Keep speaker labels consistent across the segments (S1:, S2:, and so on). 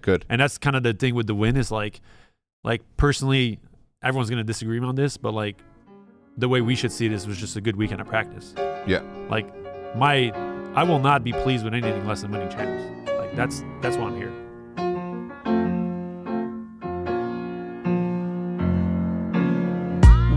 S1: Good.
S2: And that's kind of the thing with the win is like, like personally, everyone's gonna disagree on this, but like, the way we should see this was just a good weekend of practice.
S1: Yeah.
S2: Like, my, I will not be pleased with anything less than winning champs. Like that's that's why I'm here.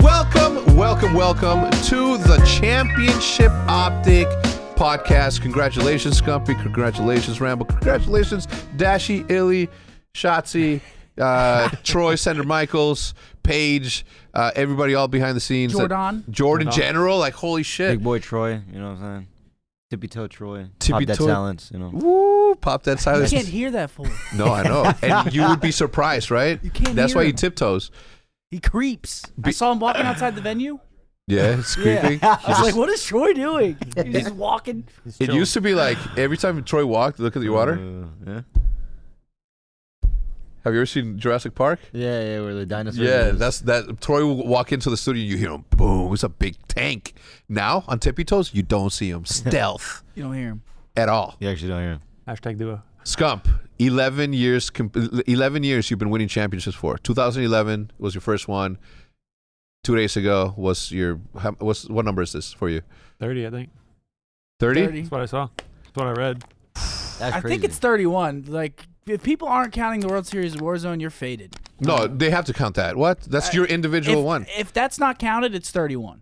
S1: Welcome, welcome, welcome to the Championship Optic podcast. Congratulations, Scumpy. Congratulations, Ramble. Congratulations, Dashi, Illy, Shotzi, uh, Troy, Senator Michaels, Paige, uh, everybody all behind the scenes. that-
S3: Jordan.
S1: Jordan
S2: Jordan.
S1: General. Like, holy shit.
S4: Big boy Troy, you know what I'm saying? Tippy toe Troy.
S1: Tippy
S4: Tippy Pop that
S1: toe-
S4: silence, you know.
S1: Woo, pop that
S3: You
S1: silence.
S3: can't hear that fool.
S1: No, I know. And you would be surprised, right?
S3: You can't
S1: That's
S3: hear
S1: why
S3: him.
S1: you tiptoes.
S3: He creeps. I
S1: Be-
S3: saw him walking outside the venue.
S1: Yeah, it's creepy.
S3: Yeah. I was like, what is Troy doing? He's just walking.
S1: It used to be like every time Troy walked, look at the water.
S4: Uh, yeah.
S1: Have you ever seen Jurassic Park?
S4: Yeah, yeah, where the dinosaurs.
S1: Yeah,
S4: lives.
S1: that's that. Troy will walk into the studio, you hear him boom. It's a big tank. Now on tippy toes, you don't see him stealth
S3: You don't hear him.
S1: at all.
S4: You actually don't hear him.
S2: Hashtag duo.
S1: Scump, eleven years, com- eleven years you've been winning championships for. 2011 was your first one. Two days ago was your how, what's what number is this for you?
S2: 30, I think.
S1: 30?
S3: 30.
S2: That's what I saw. That's what I read.
S4: That's
S3: I
S4: crazy.
S3: think it's 31. Like, if people aren't counting the World Series of Warzone, you're faded.
S1: No, they have to count that. What? That's
S3: I-
S1: your individual
S3: if,
S1: one.
S3: If that's not counted, it's 31.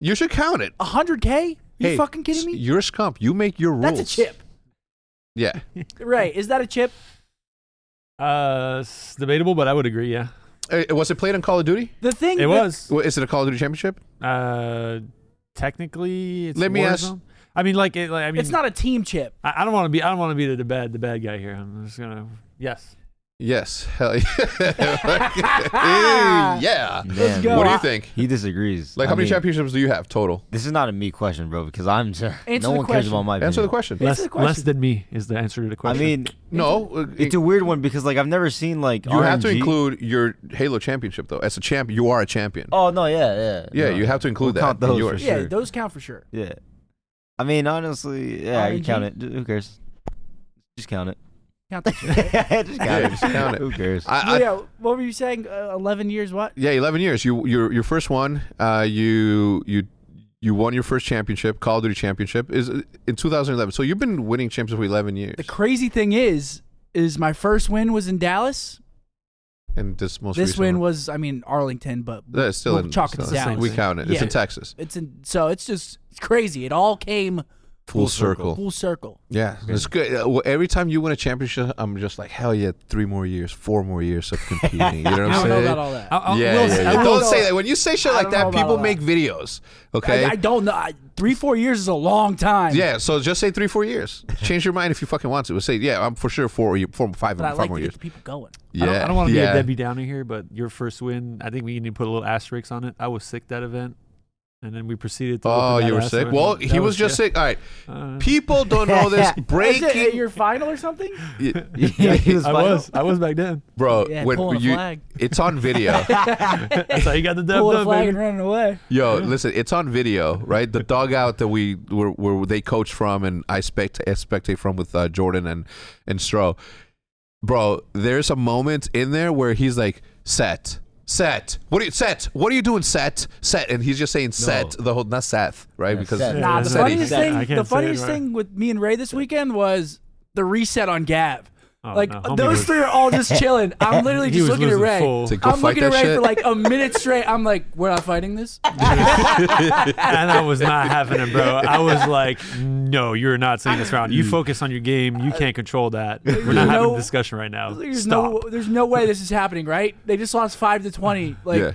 S1: You should count it.
S3: 100K? You
S1: Hey,
S3: fucking
S1: s-
S3: kidding me?
S1: You're Scump. You make your rules.
S3: That's a chip.
S1: Yeah.
S3: Right. Is that a chip?
S2: Uh, it's debatable, but I would agree. Yeah,
S1: Uh, was it played on Call of Duty?
S3: The thing
S2: it
S3: that-
S2: was.
S1: Well, Is it a Call of Duty championship?
S2: Uh, technically, it's
S1: Let me ask-
S2: Warzone. I mean, like, it, like I mean,
S3: it's not a team chip.
S2: I, I don't want to be. I don't want to be the, the bad the bad guy here. I'm just gonna. Yes.
S1: Yes. Hell yeah. yeah.
S4: Man,
S3: go.
S1: What do
S3: I-
S1: you think?
S4: He disagrees.
S1: Like, how
S4: I
S1: many
S4: mean,
S1: championships do you have total?
S4: This is not a me question, bro, because I'm just.
S3: Answer
S4: no
S3: the
S4: one cares
S3: question.
S4: about my
S1: Answer the
S4: opinion.
S1: question.
S3: Answer
S2: Less,
S3: the
S2: less
S3: question.
S2: than me is the answer to the
S4: I
S2: question.
S4: mean,
S1: No. uh,
S4: it's a weird one because, like, I've never seen, like.
S1: you have to
S4: RNG.
S1: include your Halo championship, though. As a champ, you are a champion.
S4: Oh, no, yeah, yeah.
S1: yeah,
S4: no.
S1: you have to include
S4: We'll
S1: that.
S4: count
S1: in
S4: those
S1: yours.
S4: for
S3: Yeah,
S4: sure.
S3: those count for sure.
S4: Yeah. I mean, honestly, yeah, you
S3: RNG?
S4: count it. Who cares? Just count it.
S3: Count the chip.
S4: just count it.
S1: just count it.
S4: Who cares?
S1: I, I,
S3: yeah, what were you saying? Uh, 11 years what?
S1: Yeah, eleven years. You your your first one. Uh, you you you won your first championship, Call of Duty championship, is uh, in 2011. So you've been winning championships for 11 years,
S3: The crazy thing is, is my first win was in Dallas.
S1: and this most
S3: this
S1: recent
S3: win
S1: one-
S3: was, I mean, Arlington, but
S1: That's still
S3: we'll
S1: in
S3: chalk it
S1: still-
S3: down.
S1: We count it. It's
S3: Yeah.
S1: in Texas.
S3: it's in, so it's just it's crazy. It all came
S1: Full circle.
S3: full circle.
S1: Yeah, it's good. Uh, well, every time you win a championship, I'm just like, hell yeah, three more years, four more years of competing. You know what I'm
S3: I don't know
S1: saying?
S3: about all that. Uh,
S2: I, I,
S1: yeah,
S2: will,
S1: yeah, yeah.
S2: I will,
S1: don't say that. When you say shit
S3: I
S1: like
S3: don't
S1: that,
S3: know about
S1: people
S3: all
S1: make videos. Okay.
S3: I, I don't know. I, three, four years is a long time.
S1: yeah, so just say three, four years. Change your mind if you fucking want to. But say, yeah, I'm for sure four, ye- four, five,
S3: But I
S1: five
S3: like
S1: more
S3: to
S1: years.
S3: get the people going.
S1: Yeah,
S2: I don't, want to be
S1: yeah.
S2: a Debbie Downer here, but your first win, I think we need to put a little asterisk on it. I was sick that event, and then we proceeded to.
S1: Oh,
S2: open that
S1: you were
S2: ass
S1: sick.
S2: up.
S1: Well, he
S2: That
S1: was just
S2: yeah.
S1: sick. All right,
S2: Uh,
S1: people don't know this.
S3: Is it at
S1: Breaking, Uh,
S3: your final or something?
S4: yeah, he was
S2: I
S4: final.
S2: was. I was back then.
S1: bro.
S3: Yeah,
S1: when
S3: pulling a
S1: you,
S3: flag.
S1: it's on video.
S2: That's how you got the dub
S3: Pull a
S2: dub,
S3: flag
S2: baby.
S3: and running away.
S1: Yo, listen, it's on video, right? The dugout that we were where they coach from and I spect I spectate from with uh, Jordan and and Stro. Bro, there's a moment in there where he's like, "Set, set, what are you set? What are you doing, set, set?" And he's just saying "set" the whole not Seth, right?
S4: Yeah,
S1: because
S4: Seth.
S3: Nah, the
S2: Said he-
S3: funniest
S2: Said- I
S3: thing,
S2: can't
S3: the
S2: say it,
S3: funniest
S2: right?
S3: thing with me and Ray this weekend was the reset on Gav.
S2: Oh,
S3: like
S2: no, homie
S3: those
S2: was-
S3: three are all just chilling. I'm literally
S2: He
S3: just
S2: was
S3: looking at
S2: losing
S3: Ray.
S2: full.
S1: To go
S3: I'm
S1: fight
S3: looking at
S1: that
S3: Ray
S1: shit?
S3: for like a minute straight. I'm like, we're not fighting this.
S2: and I was not having it, bro. I was like, no, you're not seeing this round. You
S1: Mm.
S2: focus on your game. You can't control that. We're not having
S3: No.
S2: a discussion right now.
S3: There's
S2: Stop.
S3: no, there's no way this is happening, right? They just lost five to twenty. Like
S1: yeah,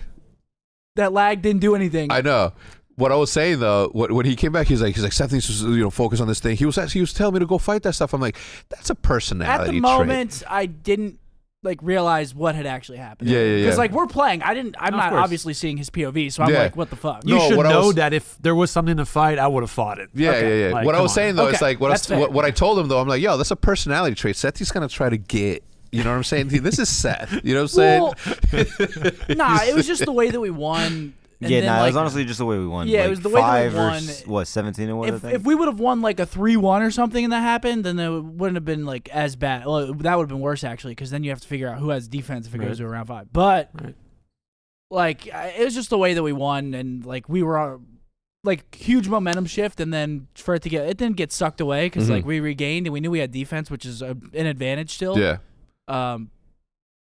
S3: that lag didn't do anything.
S1: I know. What I was saying though, what, when he came back, he's like, he's like, Seth needs to you know focus on this thing. He was actually- he was telling me to go fight that stuff. I'm like, that's a personality
S3: At the
S1: trait.
S3: moment, I didn't like realize what had actually happened.
S1: Yeah, yeah, yeah.
S3: Because like we're playing, I didn't. I'm
S2: Of
S3: not
S2: course.
S3: obviously seeing his POV, so I'm
S1: Yeah.
S3: like, what the fuck?
S2: You
S1: No,
S2: should
S1: what I
S2: know
S1: was-
S2: that if there was something to fight, I would have fought it.
S1: Yeah, yeah, yeah.
S2: Like,
S1: what I
S2: come
S1: was
S2: on.
S1: saying though is
S3: Okay,
S1: like what I,
S3: that's
S1: was-
S3: fair.
S1: what, what I told him though. I'm like, yo, that's a personality trait. Seth, he's gonna try to get. You know what I'm saying? This is Seth. You know what I'm saying?
S3: Well, nah, it was just the way that we won. And
S4: yeah,
S3: then,
S4: nah, it was
S3: like,
S4: honestly just the way we won.
S3: Yeah, it
S4: Like,
S3: was the way that we
S4: five or
S3: won.
S4: s- what seventeen or what? I
S3: If,
S4: think.
S3: if we would have won like a three-one or something and that happened, then it wouldn't have been like as bad. Well, that would have been worse actually, because then you have to figure out who has defense if it
S2: Right.
S3: goes to a round five. But
S2: Right.
S3: like, I- it was just the way that we won, and like we were uh, like huge momentum shift, and then for it to get it didn't get sucked away because
S1: Mhm.
S3: like we regained and we knew we had defense, which is uh an advantage still.
S1: Yeah.
S3: Um,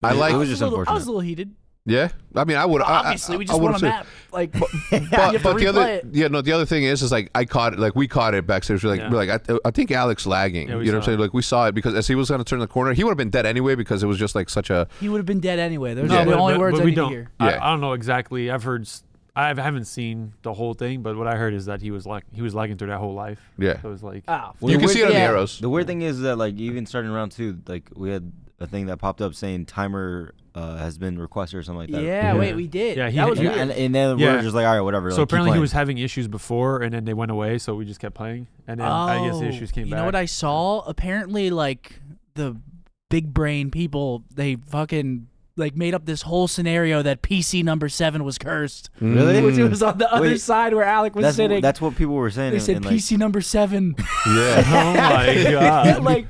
S1: I
S4: It
S1: like.
S4: was just
S3: a little, I was
S4: unfortunate.
S3: a little heated.
S1: yeah. I mean, I would. I- I-
S3: Obviously, we
S1: I
S3: just won a
S1: would've said-
S3: map. Like,
S1: But,
S3: have to
S1: but the other,
S3: replay it.
S1: yeah, no. The other thing is, is like I caught it. Like we caught it backstage. We're like,
S2: Yeah.
S1: we're like, I, I think Alex lagging.
S2: Yeah, we
S1: you know what I'm
S2: saw
S1: saying? Like we saw it because as he was gonna turn the corner, he would have been dead anyway because it was just like such a.
S3: he would have been dead anyway. Those
S1: Yeah.
S3: are the
S2: but-
S3: only
S2: but-
S3: words
S2: but
S3: I
S2: we
S3: need
S2: don't.
S3: to hear.
S2: I,
S1: Yeah.
S2: I don't know exactly. I've heard. s- I haven't seen the whole thing, but what I heard is that he was like he was lagging through that whole life.
S1: Yeah.
S2: So it was like
S3: Ah,
S4: Well,
S1: you can
S4: we're-
S1: see it on the
S3: yeah.
S1: arrows.
S4: The weird thing is that like even starting round two, like we had a thing that popped up saying timer uh, has been requested or something like
S3: yeah,
S4: that.
S3: wait, we did.
S2: Yeah, he-
S3: that was
S4: And,
S2: Yeah.
S3: weird.
S4: and, and then we
S2: Yeah.
S4: were just like, all right, whatever.
S2: so
S4: like, keep
S2: apparently he
S4: playing.
S2: was having issues before, and then they went away, so we just kept playing, and then I guess the
S3: Oh,
S2: issues came
S3: you
S2: back.
S3: know what I saw? Apparently, like the big brain people, they fucking like made up this whole scenario that PC number seven was cursed,
S4: Really?
S3: which
S2: Mm.
S3: was on the other
S4: Hmm. Wait,
S3: side where Alec was
S4: that's,
S3: sitting.
S4: that's what people were saying.
S3: they
S4: and-
S3: said
S4: and, like,
S3: PC number seven,
S1: Yeah.
S2: oh my god!
S3: like,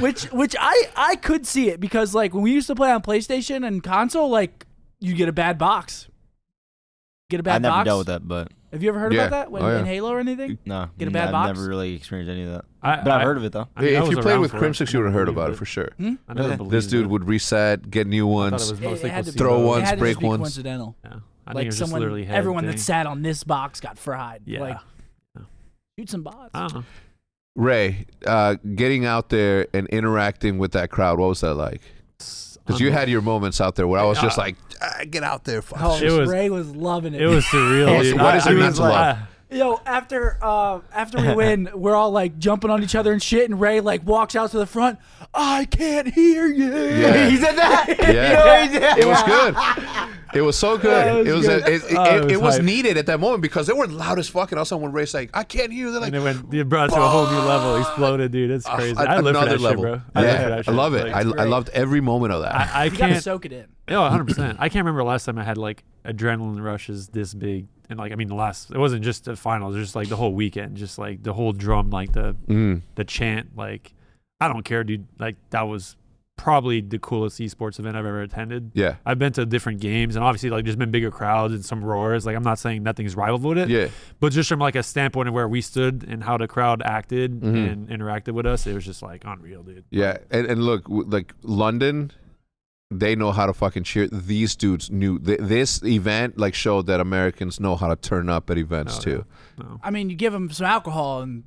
S3: which which I I could see it because like when we used to play on PlayStation and console, like you get a bad box, get a bad
S4: I never
S3: box.
S4: dealt with that, but
S3: Have you ever heard
S1: Yeah.
S3: about that when,
S1: Oh, yeah.
S3: in Halo or anything?
S4: no,
S3: Get a
S4: n-
S3: bad
S4: I've
S3: box? Uh,
S4: never really experienced any of that.
S2: I,
S4: But I've
S2: I-
S4: heard of it though.
S2: I mean, I
S1: if
S2: was
S1: you played
S2: around
S1: with
S2: for it.
S1: Crimsix, you would have heard
S2: Believe
S1: about it
S2: it.
S1: for sure.
S2: I never
S4: This
S2: believed
S1: This dude
S2: it.
S1: would reset, get new
S2: I thought it
S1: ones.
S2: was mostly
S3: It had to be-
S1: Throw
S2: placebo.
S1: once,
S3: it had to
S1: break
S3: just be
S1: once.
S3: coincidental.
S2: Yeah. I think it
S3: like
S2: was just
S3: someone,
S2: literally head
S3: everyone
S2: thing.
S3: that sat on this box got fried.
S2: Yeah. Ah, Uh-huh.
S3: Like
S2: Yeah.
S3: shoot some bots.
S2: I don't know.
S1: Ray, uh, getting out there and interacting with that crowd, what was that like?
S2: It's
S1: Because you
S2: unbelievable.
S1: had your moments out there where I was just
S2: Uh,
S1: like, ah, get out there, fuck.
S3: oh,
S2: it was-
S3: Ray was loving it.
S2: It was surreal.
S1: What is-
S2: dude.
S1: what
S2: I-
S1: is
S2: I
S1: it
S2: mean,
S1: meant to
S2: like,
S1: love?
S2: I-
S3: Yo, after uh, after we win, we're all like jumping on each other and shit, and Ray like walks out to the front. I can't hear you.
S1: Yeah.
S4: said that.
S1: Yeah.
S4: he did.
S1: It was good. It was so good.
S2: it
S1: it was
S2: was
S1: it,
S2: good.
S1: it,
S2: Oh,
S1: it-
S2: it was
S1: it was
S2: hype.
S1: needed at that moment because they were loud as fuck, and all of a sudden when Ray's like, I can't hear you, they're like,
S2: And it went, it brought it to a whole new level.
S1: "Fuck."
S2: Exploded, dude. It's
S1: Uh,
S2: crazy.
S1: a-
S2: I live for
S1: another
S2: that
S1: level.
S2: shit, bro. I live for
S1: Yeah,
S2: that
S1: I
S2: shit.
S1: love it.
S2: Like,
S1: I, I
S3: great.
S1: loved every moment of that.
S2: I, I
S3: You gotta
S2: can't.
S3: soak it in.
S2: No, 100. percent I can't remember last time I had like adrenaline rushes this big, and like I mean, the last it wasn't just the finals, it was just like the whole weekend, just like the whole drum, like the
S1: Mm.
S2: the chant, like I don't care, dude. Like that was probably the coolest esports event I've ever attended.
S1: Yeah,
S2: I've been to different games, and obviously, like there's been bigger crowds and some roars. Like I'm not saying nothing's rivaled with it,
S1: yeah.
S2: but just from like a standpoint of where we stood and how the crowd acted
S1: Mhm.
S2: and interacted with us, it was just like unreal, dude.
S1: Yeah, and, and look, w- like London, they know how to fucking cheer. These dudes knew th- this event like showed that Americans know how to turn up at events
S2: Oh,
S1: too,
S2: No.
S3: I mean, you give them some alcohol, and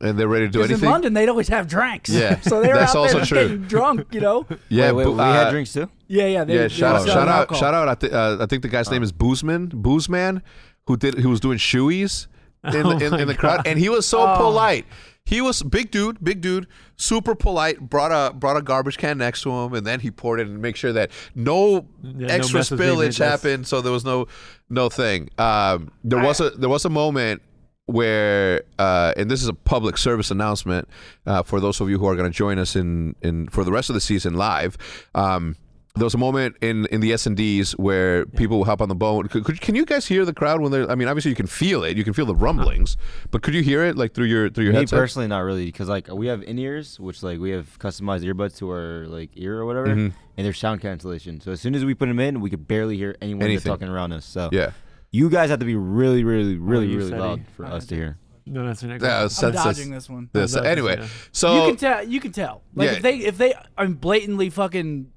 S1: and they're ready to do
S3: 'cause in
S1: anything.
S3: London they'd always have drinks.
S1: Yeah,
S3: so they were
S1: that's
S3: out
S1: also
S3: there just
S1: true.
S3: getting drunk, you know.
S1: Yeah,
S4: wait, wait,
S1: but,
S4: we had
S1: uh,
S4: drinks too.
S3: Yeah, yeah. They,
S1: yeah.
S3: they
S1: Shout
S3: were
S1: out,
S3: selling
S1: shout out,
S3: alcohol.
S1: shout out. I, thi- uh, I think the guy's name is Boozman, Boozman, who did who was doing shoeies in,
S2: Oh
S1: the in,
S2: my
S1: in the crowd,
S2: God.
S1: and he was so
S3: Oh.
S1: polite. He was big dude, big dude, super polite. Brought a brought a garbage can next to him, and then he poured it and make sure that no
S2: Yeah, no
S1: extra
S2: mess was being made,
S1: spillage
S2: that's-
S1: happened. So there was no no thing. Um, there was a there was a moment where, uh, and this is a public service announcement uh, for those of you who are going to join us in in for the rest of the season live. Um, there was a moment in, in the S and Ds where people will hop on the bone. Could, could, can you guys hear the crowd when they're? I mean, obviously you can feel it. You can feel the rumblings, but could you hear it like through your through your
S4: Me
S1: headset?
S4: personally, not really, because like we have in ears, which like we have customized earbuds to our like ear or whatever,
S1: Mm-hmm.
S4: and there's sound cancellation. So as soon as we put them in, we could barely hear anyone that's
S1: Anything.
S4: talking around us. So
S1: Yeah,
S4: you guys have to be really, really, really,
S2: you
S4: really
S2: said
S4: loud
S2: he-
S4: for us to hear.
S2: No, that's the next
S1: yeah.
S2: one.
S1: that's-
S3: I'm
S1: that's-
S3: dodging this one.
S1: that's-
S2: I'm dodging,
S1: anyway,
S2: yeah.
S1: so
S3: you can tell. You can tell. Like
S1: Yeah.
S3: if they if they are blatantly fucking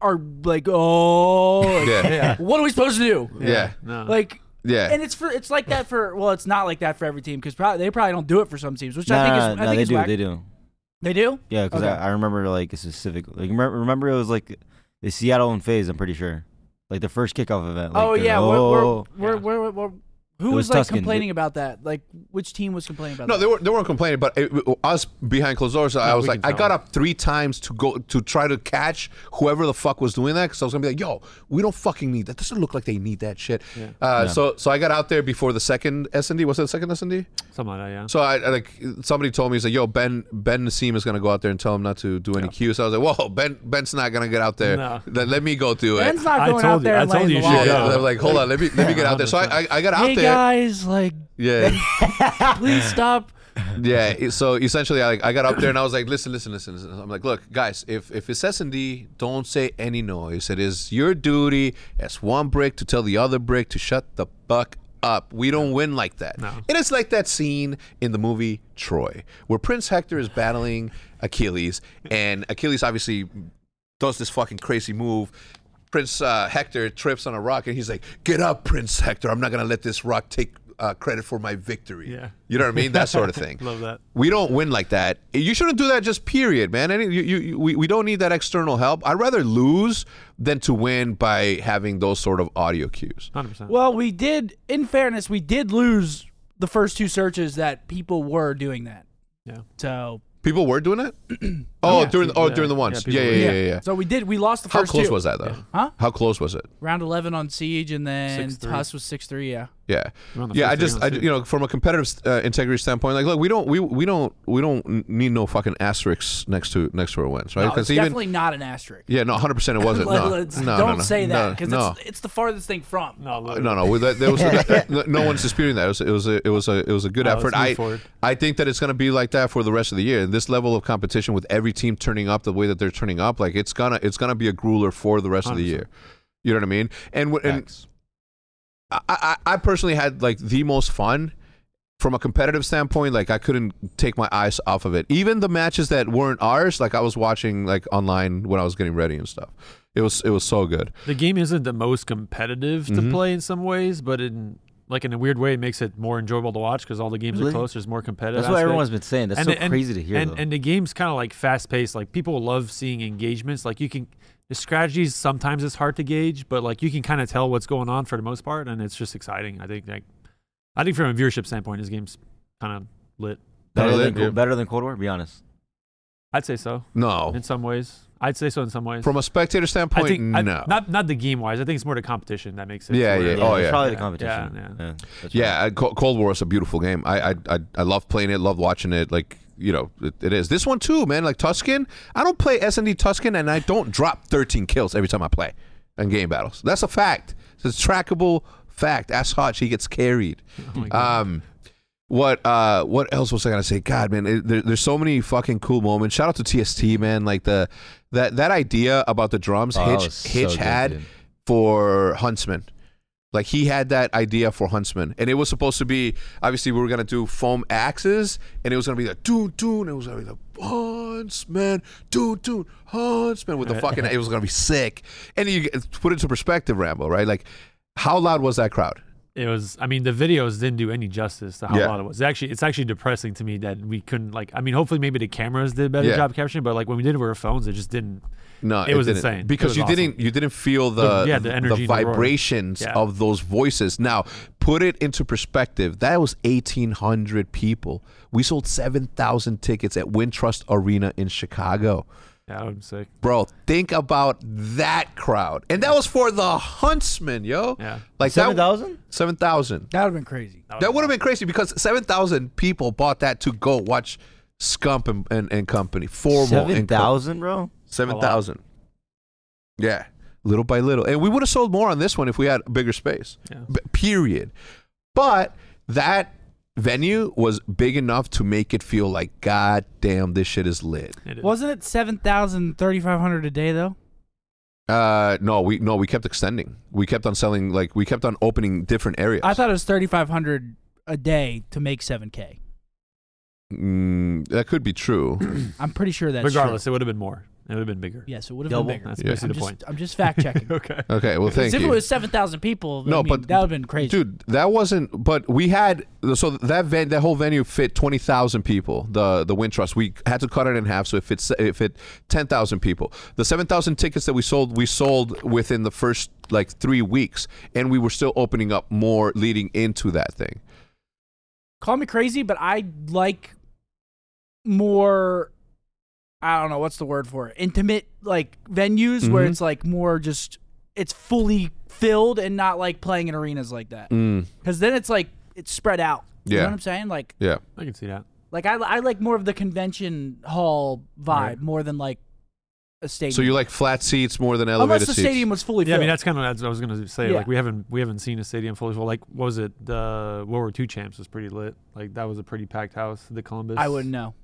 S3: are like oh
S1: yeah,
S3: like,
S1: yeah,
S2: Yeah.
S3: what are we supposed to do?
S1: yeah,
S2: No.
S3: Like
S1: yeah.
S3: and it's for it's like that for well it's not like that for every team because probably they probably don't do it for some teams which
S4: No,
S3: I think
S4: no,
S3: is
S4: no,
S3: I think
S4: they
S3: is
S4: do,
S3: whack.
S4: they do.
S3: They do.
S4: Yeah, because
S3: Okay.
S4: I, I remember like a specific. Like remember, remember it was like the Seattle and Phase. I'm pretty sure, like the first kickoff event. Like,
S3: oh
S4: they're
S3: yeah,
S4: like,
S3: we're,
S4: "Oh."
S3: we're, we're, we're, we're Who was,
S4: It was
S3: like
S4: Tuscan.
S3: complaining about that? Like, which team was complaining about
S1: No,
S3: that?
S1: they were they weren't complaining, but it, us behind closed doors, I
S2: No,
S1: was
S2: we
S1: like,
S2: can
S1: I
S2: tell.
S1: got up three times to go to try to catch whoever the fuck was doing that, because I was gonna be like, yo, we don't fucking need that. Doesn't look like they need that shit. Uh, So so I got out there before the second S and D. Was it the second S and D?
S2: Something like that, yeah.
S1: So I, I, like somebody told me he's like, yo, Ben Ben Nassim is gonna go out there and tell him not to do any cues. I was like, whoa, Ben Ben's not gonna get out there.
S2: No.
S1: Let, let me go do it.
S3: Ben's not
S2: I
S3: going
S2: told
S3: out
S2: you-
S3: there
S2: I
S3: and
S2: told
S3: laying
S2: you
S3: the
S2: you
S1: yeah,
S2: should
S3: law.
S2: go.
S1: they're like, hold on, let me let me get out there. So I, I, I got out
S3: Hey
S1: there.
S3: guys, like,
S1: Yeah.
S3: please stop.
S1: Yeah. it- So essentially, I, I got up there and I was like, listen, listen, listen, listen. I'm like, look, guys, if, if it's S and D, don't say any noise. It is your duty as one brick to tell the other brick to shut the fuck up. We don't win like that.
S2: No.
S1: It is like that scene in the movie Troy, where Prince Hector is battling Achilles, and Achilles obviously does this fucking crazy move. Prince uh, Hector trips on a rock, and he's like, "Get up, Prince Hector! I'm not gonna let this rock take uh, credit for my victory."
S2: Yeah.
S1: you know what I mean? That sort of thing.
S2: Love that.
S1: We don't win like that. You shouldn't do that. Just period, man. Any, you, you, you- we, we don't need that external help. I'd rather lose than to win by having those sort of audio cues.
S2: 100%.
S3: Well, we did. In fairness, we did lose the first two searches that people were doing that.
S2: Yeah.
S3: So
S1: People were doing it. oh,
S3: Yeah.
S1: during the, oh
S2: Yeah.
S1: during the ones.
S2: Yeah,
S1: Yeah,
S2: people
S1: yeah,
S2: were-
S1: yeah, yeah. yeah.
S3: So we did. We lost the
S1: How
S3: first.
S1: close
S3: two.
S1: was that though?
S3: Huh?
S1: How close was it?
S3: Round eleven on siege, and then
S2: 6-3.
S3: Huss was six three. Yeah.
S1: Yeah,
S2: We're on the
S1: yeah. I
S2: fifth
S1: just, I,
S2: round, too.
S1: you know, from a competitive uh, integrity standpoint, like, look, we don't, we, we don't, we don't n- need no fucking asterisks next to next to our wins, right?
S3: No, it's definitely not an asterisk.
S1: yeah, no, hundred percent, it wasn't.
S3: Let-
S1: no,
S3: let's-
S1: no, no,
S3: don't
S1: no,
S3: say that
S1: no,
S3: because
S1: no.
S3: it's, it's the farthest thing from.
S2: no,
S1: Uh,
S2: look,
S1: No, no, that, there was that- no one's disputing that. It was, it was, a, it was a, it was a good
S2: No,
S1: effort.
S2: let's move
S1: I,
S2: forward.
S1: I think that it's going to be like that for the rest of the year. And this level of competition with every team turning up the way that they're turning up, like it's gonna, it's gonna be a grueler for the rest of the
S2: 100%.
S1: year. You know what I mean? And w- and I, I, I personally had like the most fun from a competitive standpoint. Like I couldn't take my eyes off of it. Even the matches that weren't ours, like I was watching like online when I was getting ready and stuff. It was it was so good.
S2: the game isn't the most competitive to
S4: Mm-hmm.
S1: Mhm.
S2: play in some ways, but in like in a weird way, it makes it more enjoyable to watch because all the games are
S4: Really?
S2: close. There's more competitive.
S4: That's what
S2: aspect.
S4: everyone's been saying. That's so
S2: the-
S4: crazy to hear.
S2: And,
S4: though.
S2: and the game's kind of like fast paced. Like people love seeing engagements. Like you can the strategies sometimes it's hard to gauge, but like you can kind of tell what's going on for the most part, and it's just exciting. I think like I think from a viewership standpoint, this game's kind of lit.
S4: better,
S1: Better
S4: than,
S1: than-
S4: Col- better than Cold War. Be honest.
S2: I'd say so
S1: No,
S4: Oh.
S2: in some ways. I'd say so in some ways.
S1: from a spectator
S2: I
S1: standpoint,
S2: think I-
S1: no.
S2: not not the game wise. I think it's more the competition that makes it.
S1: Yeah,
S2: where-
S1: yeah. Oh,
S4: it's probably the
S2: Yeah,
S4: competition.
S2: yeah,
S4: that's right.
S1: yeah, I- Co- Cold War is a beautiful game. I I I, I love playing it. Love watching it. Like. You know, it, it is this one too, man. Like Tuscan, I don't play S and D Tuscan, and I don't drop 13 kills every time I play in game battles. That's a fact. It's a trackable fact. Ask Hotch; he gets carried.
S2: Oh my God.
S1: Um, what uh, what else was I gonna say? God, man, it, there, there's so many fucking cool moments. Shout out to TST, man. Like the that that idea about the drums
S4: Oh, that was
S1: Hitch
S4: so
S1: Hitch
S4: good,
S1: had
S4: dude.
S1: for Huntsman. Like he had that idea for Huntsman, and it was supposed to be obviously we were gonna do foam axes, and it was gonna be like doo doo, and it was gonna be like Huntsman, doo doo, Huntsman with the fucking. it was gonna be sick, and you put it into perspective, Rambo, right? Like, how loud was that crowd?
S2: it was i mean the videos didn't do any justice to how
S1: Yeah.
S2: loud it was actually it's actually depressing to me that we couldn't like i mean hopefully maybe the cameras did a better
S1: Yeah.
S2: job capturing but like when we did it with our phones it just didn't
S1: No,
S2: It was
S1: didn't.
S2: insane. It
S1: because
S2: was
S1: you
S2: awesome.
S1: didn't you didn't feel the
S2: The- yeah, the energy in the roar.
S1: vibrations
S2: Yeah.
S1: of those voices. Now, put it into perspective. That was eighteen hundred people. We sold seven thousand tickets at Wintrust Arena in Chicago.
S2: yeah i'm sick
S1: Bro, think about that crowd, and that was for the Huntsman, yo.
S2: Yeah.
S1: like
S4: Seven
S1: that.
S4: thousand.
S1: Seven thousand.
S3: That would have been crazy.
S1: That would have been crazy because seven thousand people bought that to go watch Scump and, and, and company. Formal
S4: Seven
S1: and Co-
S4: thousand, bro.
S1: Seven thousand. Yeah, little by little, and we would have sold more on this one if we had bigger space.
S2: Yeah.
S1: B- period. But that venue was big enough to make it feel like, God damn, this shit is lit.
S2: It is.
S3: Wasn't it seven thousand thirty five hundred a day though?
S1: Uh, no, we no, we kept extending. We kept on selling, like we kept on opening different areas.
S3: I thought it was thirty five hundred a day to make seven k.
S1: mm, that could be true.
S3: I'm pretty sure that's
S2: regardless
S3: True.
S2: it would have been more It would have been bigger.
S3: Yes, it would have
S2: Double.
S3: been bigger.
S2: That's
S1: Yeah.
S3: I'm
S2: basically the
S3: just,
S2: point.
S3: I'm just fact checking.
S2: Okay.
S1: Okay, well, thank
S3: if
S1: you.
S3: it was seven thousand people,
S1: No,
S3: no,
S1: but-
S3: but that would have been crazy.
S1: Dude, that wasn't. But we had so that ven- that whole venue fit twenty thousand people. The the Wind Trust we had to cut it in half, so if it's if it ten thousand people, the seven thousand tickets that we sold, we sold within the first like three weeks, and we were still opening up more leading into that thing.
S3: Call me crazy, but I like more. I don't know what's the word for it. Intimate like venues where
S1: Mhm.
S3: it's like more just it's fully filled and not like playing in arenas like that.
S1: Mm,
S3: Because then it's like it's spread out. You
S1: Yeah.
S3: know what I'm saying? Like
S1: yeah,
S2: I can see that.
S3: like I, I like more of the convention hall vibe
S2: Right.
S3: more than like a stadium.
S1: so you like flat seats more than elevated
S3: Unless the
S1: seats.
S3: stadium was fully
S2: Yeah, I
S3: filled.
S2: mean that's kind of that's what I was gonna say.
S3: Yeah.
S2: Like we haven't we haven't seen a stadium full. of people. Like what was it the World War II champs was pretty lit. Like that was a pretty packed house. The Columbus.
S3: I wouldn't know.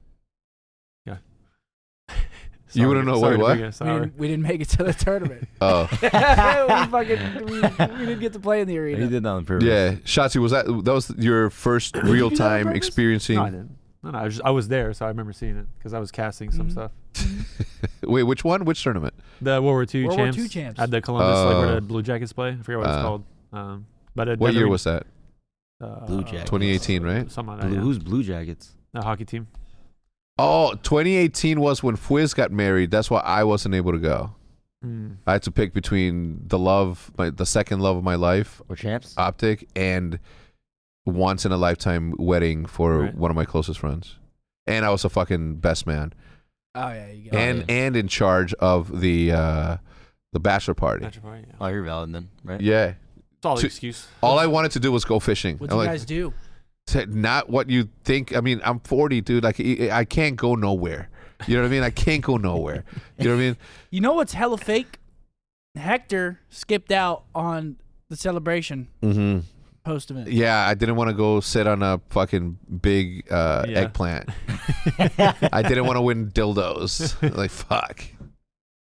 S1: You wouldn't know
S2: sorry to
S1: what- what?
S2: bring it-
S3: We
S2: sorry.
S3: didn't, we didn't make it to the tournament.
S1: Oh
S3: we fucking we, we didn't get to play in the
S4: He
S3: arena.
S4: did that on purpose.
S1: yeah, Shotzi, was that that was your first
S3: you do that
S1: real
S3: on
S1: time
S3: purpose?
S1: experiencing?
S2: No, I didn't. No, no, I was, just, I was there, so I remember seeing it because I was casting some
S3: Mhm.
S2: stuff.
S1: Wait, which one? Which tournament?
S2: The World War II
S3: World War
S2: champs.
S3: II champs.
S2: At the Columbus, like
S1: Oh.
S2: where the Blue Jackets play. I forget what
S1: Uh.
S2: it's called. Um, but it
S1: What year
S2: definitely-
S1: was that?
S2: uh,
S4: Blue Jackets.
S1: 2018, right?
S2: Something like that.
S4: Blue,
S2: yeah.
S4: Who's Blue Jackets?
S2: The hockey team.
S1: Oh, 2018 was when Fwiz got married. That's why I wasn't able to go.
S3: Hmm.
S2: Mm.
S1: I had to pick between the love, my, the second love of my life,
S4: Or Champs?
S1: Optic, and once in a lifetime wedding for
S2: Right.
S1: one of my closest friends. And I was a fucking best man,
S3: Oh yeah, you got
S4: Yeah.
S3: it.
S1: and and in charge of the uh, the bachelor party.
S2: Metro Party, yeah.
S4: oh, you're valid then, right?
S1: Yeah,
S2: Solid
S1: Two-
S2: excuse.
S1: all I wanted to do was go fishing.
S3: What'd
S1: I'm
S3: you
S1: like,
S3: guys do?
S1: "T- not what you think. I mean, I'm 40, dude. Like I I can't go nowhere. You know what I mean? I can't go nowhere. You know what I mean?
S3: You know what's hella fake? Hector skipped out on the celebration
S1: Mm-hmm.
S3: post event.
S1: Yeah, I didn't want to go sit on a fucking big uh,
S2: Yeah.
S1: eggplant. I didn't want to win dildos. like fuck.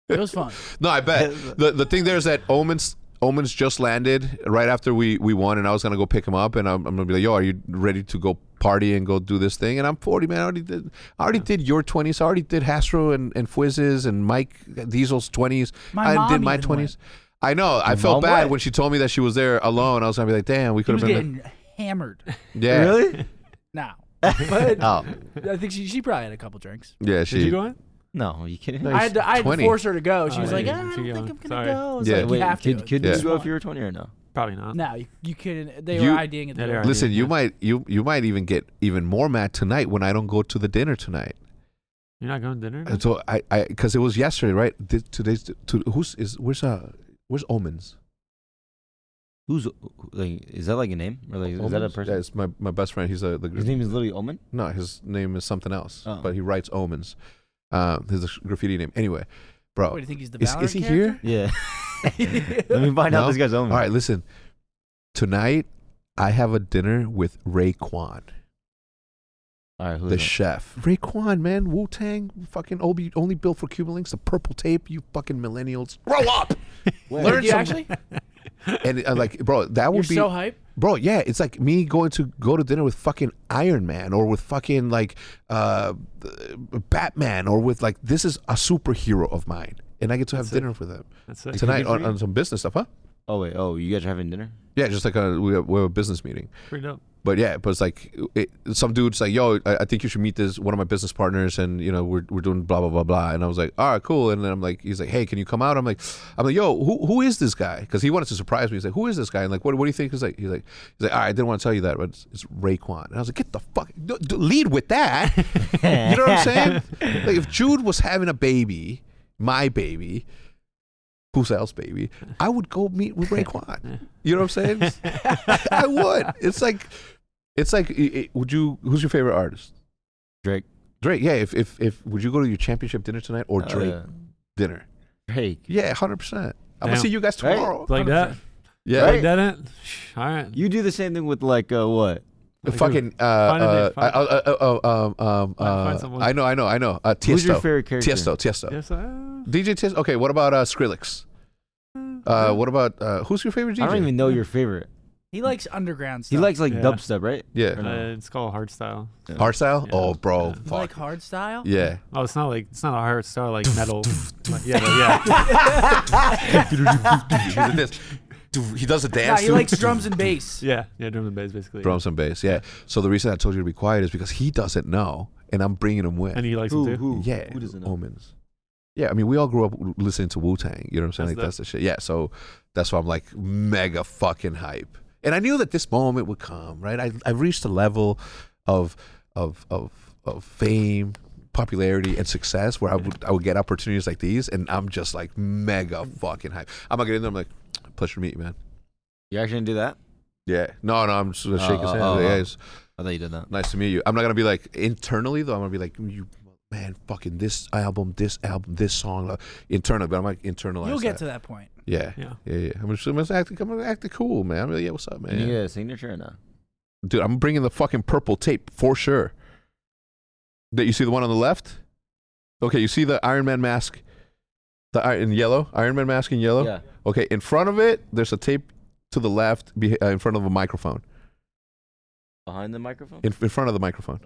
S3: It was fun.
S1: No, I bet the the thing there is that Omens Omens just landed right after we we won, and I was gonna go pick him up, and I'm, I'm gonna be like, yo, are you ready to go party and go do this thing? And I'm 40, man. I already did. I already did your 20s. I already did Hasbro and and Fwizz's and Mike Diesel's 20s.
S3: My
S1: I
S3: mom
S1: did my
S3: even
S1: 20s. I know. I
S4: Your
S1: felt
S4: mom
S1: bad
S4: went.
S1: when she told me that she was there alone. I was gonna be like, damn, we
S3: He
S1: could
S3: was
S1: have been.
S3: getting hammered
S1: Like, yeah.
S4: Really?
S3: now. But
S4: Oh.
S3: I think she, she probably had a couple drinks.
S1: Yeah. She.
S2: Did you go in?
S4: No, are you kidding?
S1: No,
S3: I had to, I had to
S1: 20.
S3: force her to go. She
S2: Oh,
S3: was
S2: yeah,
S3: like,
S2: you
S3: "Ah, I
S2: can
S3: don't
S2: keep
S3: think
S2: going.
S3: I'm gonna
S2: Sorry.
S3: go. I was
S1: Yeah.
S3: like,
S4: Wait,
S3: you have
S4: could,
S3: to.
S4: could
S1: Yeah.
S4: you go if you were 20 or no?
S2: Probably not.
S3: No, you, you couldn't. They
S1: You-
S3: were IDing at the
S2: Yeah, they
S3: door.
S2: are.
S1: Listen, you
S2: Yeah.
S1: might you you might even get even more mad tonight when I don't go to the dinner tonight.
S2: You're not going to dinner?
S1: And so I I because it was yesterday, right? Th- Today's to, who's is where's uh where's Omens?
S4: Who's like? Is that like a name or like is that a
S1: Omens? Yeah,
S4: person?
S1: it's my, my best friend. He's a the
S4: His name is literally Omen.
S1: no, his name is something else,
S4: Oh.
S1: but he writes Omens. Um, his graffiti name. Anyway, bro,
S3: What do you think he's the
S1: is
S3: Valorant
S1: is he
S3: character?
S1: here?
S4: Yeah. Let me find
S1: No?
S4: out this guy's Omen.
S1: All right, listen. Tonight, I have a dinner with Raekwon,
S4: All right. Who's
S1: the
S4: that?
S1: chef. Raekwon, man, Wu Tang, fucking Obi, only built for Cuban links, the purple tape. You fucking millennials, grow up.
S4: Wait.
S1: Learn
S3: Did you
S1: some-
S3: actually?
S1: and uh, like, bro, that
S3: You're
S1: would be,
S3: so hype.
S1: bro, yeah, it's like me going to go to dinner with fucking Iron Man or with fucking like uh, Batman or with like this is a superhero of mine, and I get to have
S2: That's it.
S1: dinner with them
S2: That's it.
S1: tonight
S4: for
S1: on,
S4: you.
S1: on some business stuff, huh?
S4: Oh wait. Oh, you guys are having dinner?
S1: Yeah, just like a, we, have, we have a business meeting.
S2: Pretty dope.
S1: But yeah, but it's like it, some dude's like, "Yo, I, I think you should meet this one of my business partners," and you know we're, we're doing blah blah blah blah. And I was like, "All right, cool." And then I'm like, he's like, "Hey, can you come out?" I'm like, "I'm like, yo, who, who is this guy?" Because he wanted to surprise me. He's like, "Who is this guy?" And like, "What what do you think?" He's like, he's like, he's like, "All right, I didn't want to tell you that, but it's, it's Raekwon." And I was like, "Get the fuck d- d- lead with that." you know what I'm saying? Like if Jude was having a baby, my baby. Who's else, baby? I would go meet with Raekwon. You know what I'm saying? I would. It's like, it's like. i- i- Would you? Who's your favorite artist?
S4: Drake.
S1: Drake. Yeah. If if if would you go to your championship dinner tonight or
S4: Uh,
S1: Drake dinner?
S4: Drake.
S1: Yeah, hundred percent. I'm gonna
S2: Damn.
S1: see you guys
S4: Right?
S1: tomorrow.
S2: Like that?
S1: Yeah.
S4: Right?
S2: Like that? It? All right.
S4: You do the same thing with like uh, what?
S1: Uh, Fucking. Uh, uh,
S2: Find
S1: uh, uh, uh, um, um,
S2: Find-
S1: uh,
S2: find someone.
S1: I know. I know. I know. Uh,
S4: Who's your
S1: Tiesto.
S4: favorite character?
S1: Tiesto. Tiesto.
S2: Yes, I-
S1: DJ Tiesto. Okay. Uh, What about uh, Skrillex? Uh, what about uh, who's your favorite DJ?
S4: I don't even know your favorite.
S3: He likes underground stuff.
S4: He likes like
S2: Yeah.
S4: dubstep, right?
S1: Yeah.
S4: Or no?
S2: Uh, it's called hardstyle.
S1: Hardstyle?
S2: Yeah.
S1: Oh, bro.
S2: Yeah.
S1: Fuck.
S3: You like hard style.
S1: yeah.
S2: Oh, it's not like it's not a hardstyle like metal. Like, yeah, but yeah.
S1: He's like this. He does a
S3: Yeah,
S1: dance.
S3: he
S1: dude.
S3: likes drums and bass.
S2: yeah, yeah, drum and bass basically.
S1: drums and bass. Yeah. So the reason I told you to be quiet is because he doesn't know, and I'm bringing him with.
S2: And he likes
S4: Who,
S2: them too.
S4: who?
S1: yeah. Oh,
S4: Who doesn't know?
S1: Omens. Yeah, I mean, we all grew up w- listening to Wu Tang. You know what I'm
S2: That's
S1: saying? like
S2: the-
S1: that's the shit. Yeah. So that's why I'm like mega fucking hype. And I knew that this moment would come. Right. I I reached a level of of of of fame. Popularity and success, where I would I would get opportunities like these, and I'm just like mega fucking hype. I'm gonna get in there. I'm like, pleasure to meet you, man.
S4: You actually didn't do that?
S1: Yeah. No, no, I'm just gonna shake his
S4: Oh,
S1: hand.
S4: oh,
S1: Like,
S4: oh.
S1: "Hey, it's
S4: I thought you did that.
S1: nice to meet you. I'm not gonna be like internally though. I'm gonna be like, you man, fucking this album, this album, this song, uh, internal. But I'm like internalize.
S3: You'll get
S1: that.
S3: to that point.
S1: Yeah. yeah.
S2: Yeah.
S1: Yeah, I'm just, I'm just acting, I'm acting cool, man. I'm like, yeah, what's up, man?
S4: You need a signature or not?
S1: Dude, I'm bringing the fucking purple tape for sure. That you see the one on the left? Okay, you see the Iron Man mask, the ir- in yellow, Iron Man mask in yellow.
S4: Yeah.
S1: Okay, in front of it, there's a tape to the left, be, uh, in front of a microphone.
S4: Behind the microphone?
S1: in, in front of the microphone.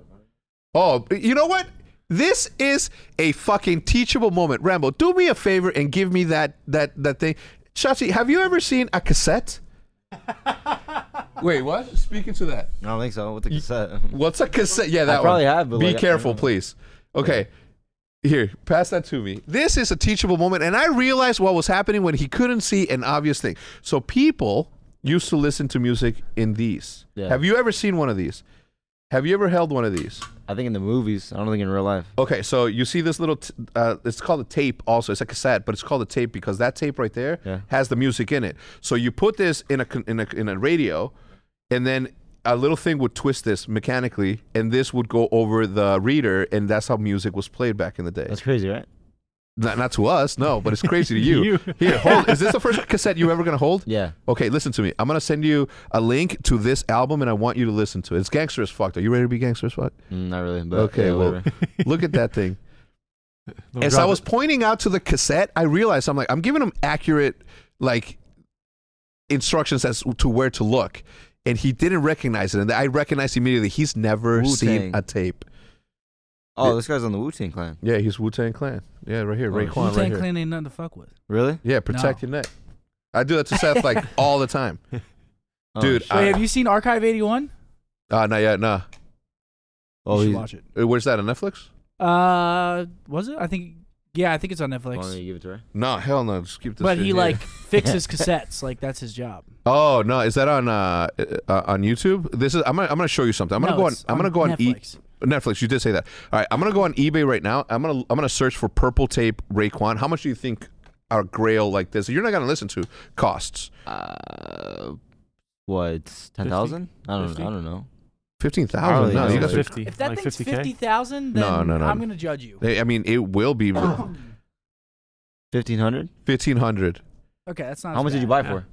S1: Oh, you know what? This is a fucking teachable moment. Rambo, do me a favor and give me that that that thing. Shachi, have you ever seen a cassette? Wait, what? Speaking to that.
S4: I don't think so. With the cassette.
S1: What's a cassette? Yeah, that
S4: probably
S1: one.
S4: have, but,
S1: Be
S4: like, I- I
S1: careful,
S4: don't know.
S1: please. Okay. Here, pass that to me. This is a teachable moment, and I realized what was happening when he couldn't see an obvious thing. So people used to listen to music in these.
S4: Yeah.
S1: Have you ever seen one of these? Have you ever held one of these?
S4: I think in the movies. I don't think in real life.
S1: Okay, so you see this little, t- uh, it's called a tape also. It's a cassette, but it's called a tape because that tape right there
S4: Yeah.
S1: has the music in it. So you put this in a, con- in a, in a radio, and then a little thing would twist this mechanically, and this would go over the reader, and that's how music was played back in the day.
S4: That's crazy, right?
S1: Not, not to us, no, but it's crazy to you. Here, hold. Is this the first cassette you ever going to hold?
S4: Yeah.
S1: Okay, listen to me. I'm going to send you a link to this album, and I want you to listen to it. It's gangster as fuck, though. You ready to be gangster as fuck?
S4: Mm, not really. But
S1: Okay,
S4: yeah,
S1: well-
S4: whatever.
S1: Look at that thing.
S2: Don't
S1: As
S2: drop
S1: I was
S2: it.
S1: pointing out to the cassette, I realized I'm like, I'm giving him accurate like instructions as to where to look. And he didn't recognize it. And I recognized immediately he's never seen
S4: Wu-Tang.
S1: a tape.
S4: oh, this guy's on the Wu Tang Clan.
S1: Yeah, he's Wu Tang Clan. Yeah, right here.
S4: Oh,
S1: Raekwon
S3: Wu
S1: right
S3: Tang
S1: here.
S3: Clan ain't nothing to fuck with.
S4: Really?
S1: Yeah, protect your neck. I do that to Seth like all the time.
S4: Oh,
S1: Dude,
S4: sh-
S1: I-
S3: Wait, have you seen Archive eighty one?
S1: Uh, not yet, nah.
S4: oh,
S3: you should
S4: he's-
S3: watch it.
S1: Uh, Where's that on Netflix?
S3: Uh, was it? I think. Yeah, I think it's on Netflix.
S4: Why don't you give it to her?
S1: No, hell no. Just keep this.
S3: but
S1: shit
S3: he
S1: here.
S3: like fixes cassettes. Like that's his job.
S1: Oh no, is that on uh, uh on YouTube? This is I'm gonna, I'm gonna show you something. I'm gonna
S3: No,
S1: go on.
S3: it's
S1: I'm gonna go on E-
S3: Netflix.
S1: Netflix. You did say that. All right, I'm gonna go on eBay right now. I'm gonna I'm gonna search for purple tape Raekwon. How much do you think our grail like this? You're not gonna listen to costs
S4: Uh, what? Ten thousand? I don't.
S2: Fifty?
S4: I don't know.
S1: fifteen thousand.
S4: Probably
S1: No,
S4: not.
S1: you guys are,
S2: 50.
S3: If that
S2: like
S3: thing's
S2: 50K.
S3: fifty thousand, then
S1: No, no, no.
S3: I'm gonna judge you.
S1: I mean, it will be
S4: Fifteen hundred?
S1: fifteen hundred
S3: Okay, that's not.
S4: How
S3: as
S4: much did
S3: bad.
S4: you buy
S2: Yeah.
S4: for?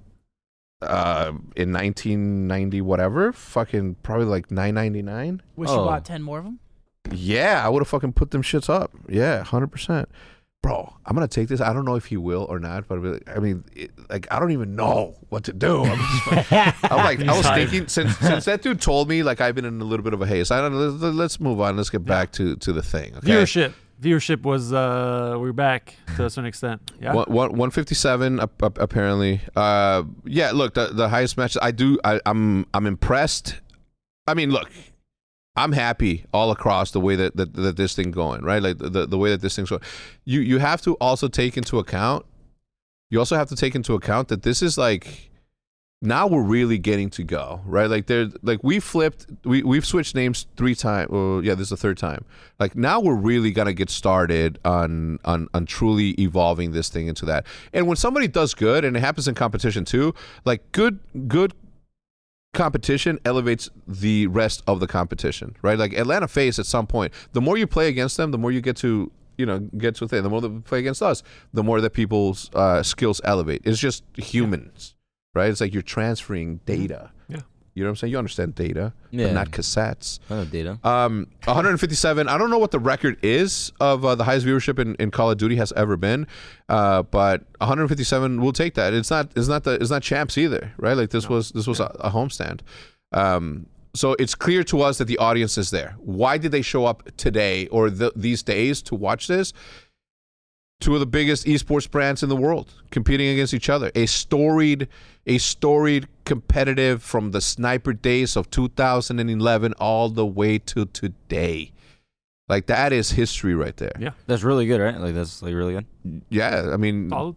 S1: uh, in 1990 whatever. Fucking probably like 9.99.
S3: Wish you
S4: Oh.
S3: bought ten more of them.
S1: Yeah, I would have fucking put them shits up. Yeah, hundred percent, bro. I'm gonna take this. I don't know if he will or not, but I'll be like- I mean, it, like I don't even know what to do. I'm, just like, I'm like, I was thinking since since that dude told me like I've been in a little bit of a haze. I don't. Let's, let's move on. Let's get back to to the thing. Okay.
S2: Viewership. Viewership was uh we're back to a certain extent. Yeah.
S1: One, one, 157 ap- ap- apparently uh yeah look the, the highest match i do I, i'm i'm impressed i mean look i'm happy all across the way that that, that this thing going right like the, the way that this thing's going you you have to also take into account you also have to take into account that this is like now we're really getting to go right like there like we flipped we, we've switched names three times well, yeah this is the third time like now we're really gonna get started on on on truly evolving this thing into that and when somebody does good and it happens in competition too like good good competition elevates the rest of the competition, right? Like Atlanta Face at some point, the more you play against them, the more you get to you know get to a thing. The more they play against us, the more that people's uh, skills elevate. It's just humans, right? It's like you're transferring data.
S2: Yeah.
S1: You know what I'm saying? You understand data,
S4: Yeah.
S1: but not cassettes.
S4: I know data.
S1: Um, 157. I don't know what the record is of uh, the highest viewership in, in Call of Duty has ever been, uh, but 157. We'll take that. It's not. It's not the. It's not champs either, right? Like this was. This was a, a homestand. Um, so it's clear to us that the audience is there. Why did they show up today or th- these days to watch this? two of the biggest esports brands in the world competing against each other. A storied, a storied competitive from the sniper days of 2011 all the way to today. Like that is history right there.
S2: Yeah.
S4: That's really good, right? Like that's like really good.
S1: Yeah, I mean,
S2: Solid.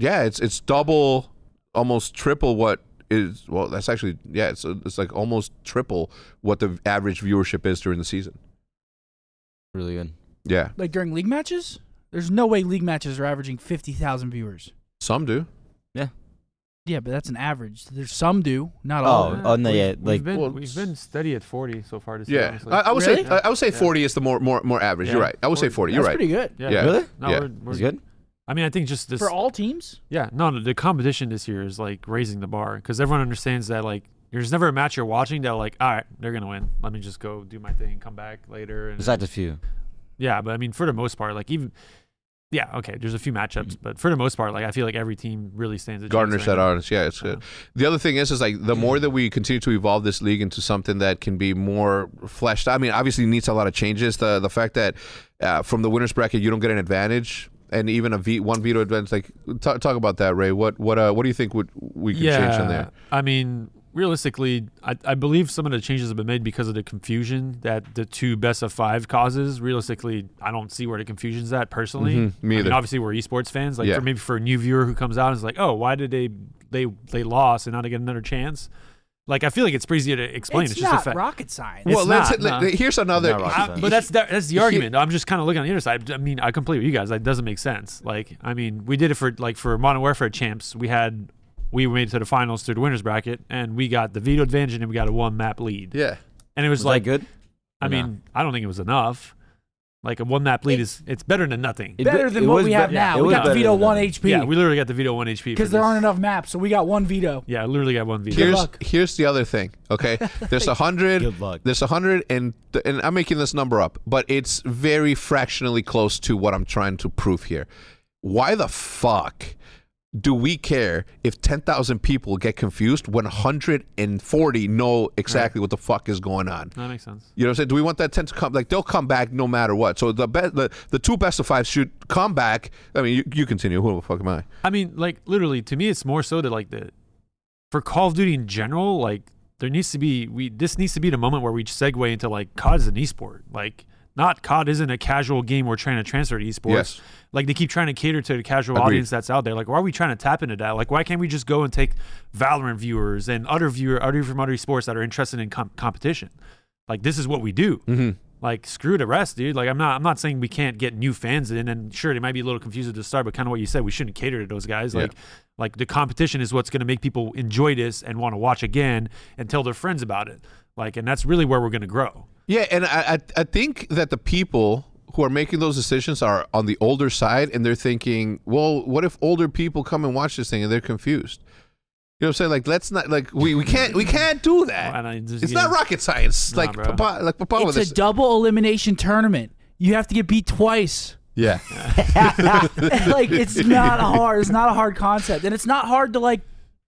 S1: yeah, it's it's double, almost triple what is. Well, that's actually yeah, it's it's like almost triple what the average viewership is during the season.
S4: Really good.
S1: Yeah,
S3: Like during league matches, there's no way league matches are averaging fifty thousand viewers.
S1: some do.
S3: Yeah, but that's an average. There's some do, not all.
S4: Oh, oh no,
S2: We've-
S4: yeah,
S2: we've
S4: like
S2: been,
S1: Well,
S2: we've been steady at 40 so far this year.
S1: Yeah,
S2: honestly.
S1: I, I would say
S3: Really?
S1: I, I would say
S2: Yeah.
S1: 40 is the more more more average. You're
S2: Yeah.
S1: right. I would say 40. You're
S3: that's
S1: right.
S3: pretty good
S2: yeah.
S1: yeah.
S4: really.
S2: No,
S1: Yeah.
S2: We're, we're,
S4: That's good.
S2: I mean, I think just this.
S3: for all teams.
S2: yeah, no, no, the competition this year is like raising the bar because everyone understands that like there's never a match you're watching that like all right they're gonna win. Let me just go do my thing, come back later. And
S4: Besides a few.
S2: yeah, but I mean for the most part, like even yeah, okay, there's a few
S4: Mm.
S2: matchups, but for the most part, like I feel like every team really stands. A chance
S1: garners
S2: right
S1: that
S2: now.
S1: audience. Yeah, "Oh, it's good. The other thing is, is like the more that we continue to evolve this league into something that can be more fleshed. I mean, obviously it needs a lot of changes. The the fact that uh, from the winners bracket you don't get an advantage, and even a v- one veto advantage. Like talk, talk about that, Ray. What what uh, what do you think would we could change on there?
S2: I mean, realistically, I, I believe some of the changes have been made because of the confusion that the two best of five causes. Realistically, I don't see where the confusion's at personally.
S1: Mhm, me
S2: I mean,
S1: either.
S2: obviously, we're esports fans. Like,
S1: Yeah.
S2: for, maybe for a new viewer who comes out and is like, "Oh, why did they they they lost and now they get another chance?" Like, I feel like it's pretty easy to explain. It's,
S3: it's
S2: just
S3: not
S2: a fact.
S3: rocket science.
S2: It's
S1: well, let's
S2: not,
S1: let-
S2: nah.
S1: here's another.
S4: Not rocket
S2: I-
S4: science.
S2: but that's that, that's the
S1: He-
S2: argument. I'm just kind of looking on the other side. I mean, I complete with you guys. That doesn't make sense. Like, I mean, we did it for like for Modern Warfare champs. We had we made it to the finals through the winners bracket, and we got the veto advantage, and we got a one map lead.
S1: yeah,
S2: And it was,
S4: Was
S2: like,
S4: that good?
S2: I
S4: or not?
S2: mean, I don't think it was enough. Like a one map lead is it's better than nothing.
S4: It
S3: better
S4: be-
S3: than
S4: it
S3: what
S4: was
S3: we
S4: be-
S3: have
S2: yeah,
S3: now.
S4: it
S3: we
S4: was
S3: got
S4: better
S3: veto
S4: than
S3: one
S4: that.
S2: yeah,
S3: HP
S2: we literally got the veto one HP for
S3: because there
S2: this.
S3: aren't enough maps, so we got one veto.
S2: Yeah, I literally got one veto.
S1: here's
S3: luck.
S1: here's the other thing. Okay, there's a hundred.
S4: Good luck.
S1: There's a hundred and and I'm making this number up, but it's very fractionally close to what I'm trying to prove here. Why the fuck do we care if 10,000 people get confused when 140 know exactly what the fuck is going on?
S2: that makes sense.
S1: You know what I'm saying? Do we want that 10 to come? Like, they'll come back no matter what. So the be- the, the two best of five should come back. I mean, you, you continue. Who the fuck am I?
S2: I mean, like literally, to me, it's more so that like the for Call of Duty in general, like there needs to be we this needs to be the moment where we segue into like COD is an esport. Like not COD isn't a casual game we're trying to transfer to esports.
S1: Yes.
S2: Like they keep trying to cater to the casual
S1: Agreed.
S2: audience that's out there. Like why are we trying to tap into that? Like why can't we just go and take Valorant viewers and other viewer other from other sports that are interested in com- competition? Like this is what we do.
S1: Mm-hmm.
S2: Like screw the rest, dude. Like I'm not I'm not saying we can't get new fans in and sure they might be a little confused at the start, but kind of what you said, we shouldn't cater to those guys.
S1: Yeah.
S2: Like like the competition is what's going to make people enjoy this and want to watch again and tell their friends about it. Like and that's really where we're going to grow.
S1: Yeah, and I, I I think that the people who are making those decisions are on the older side, and they're thinking, well, what if older people come and watch this thing and they're confused? You know what I'm saying? Like, let's not like we, we can't we can't do that.
S2: And I just-
S1: it's not
S2: yeah.
S1: rocket science.
S2: Nah,
S1: like
S2: bro.
S1: papa, like papa with
S3: It's
S1: this.
S3: a double elimination tournament. You have to get beat twice.
S1: yeah,
S3: like it's not hard. It's not a hard concept, and it's not hard to like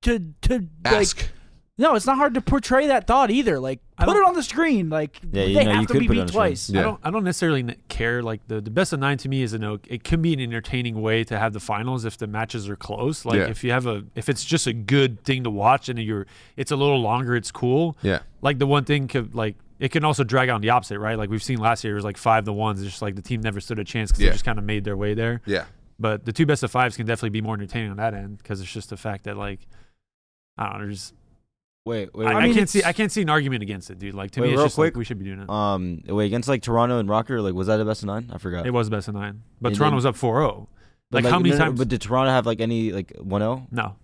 S3: to to
S1: ask.
S3: like. No, it's not hard to portray that thought either. Like put
S2: don't-
S3: it on the screen. Like
S4: Yeah, you
S3: they
S4: know,
S3: have
S4: you
S3: to
S4: could
S3: be
S4: put it on
S3: beat
S4: the
S3: twice.
S1: Yeah.
S2: I don't I don't necessarily n- care. Like the, the best of nine to me is an o- it can be an entertaining way to have the finals if the matches are close. Like
S1: Yeah.
S2: if you have a if it's just a good thing to watch and you're it's a little longer, it's cool.
S1: Yeah.
S2: Like the one thing could like it can also drag on the opposite, right? Like we've seen last year, it was like five to ones. It's just like the team never stood a chance because
S1: Yeah.
S2: they just kind of made their way there.
S1: yeah,
S2: But the two best of fives can definitely be more entertaining on that end because it's just the fact that like I don't know, there's
S4: Wait, wait,
S2: I,
S4: wait.
S2: I
S3: mean,
S2: can't see
S3: it's-
S2: I can't see an argument against it, dude. Like to
S4: Wait,
S2: me, it's
S4: real
S2: just like,
S4: quick,
S2: we should be doing it.
S4: um, wait, against like Toronto and Rocker, like was that the best of nine? I forgot.
S2: It was best of nine, but
S4: And
S2: Toronto
S4: then-
S2: was up 4-0.
S4: But,
S2: like, how many
S4: no, no,
S2: times-
S4: But did Toronto have like any like one zero?
S2: No,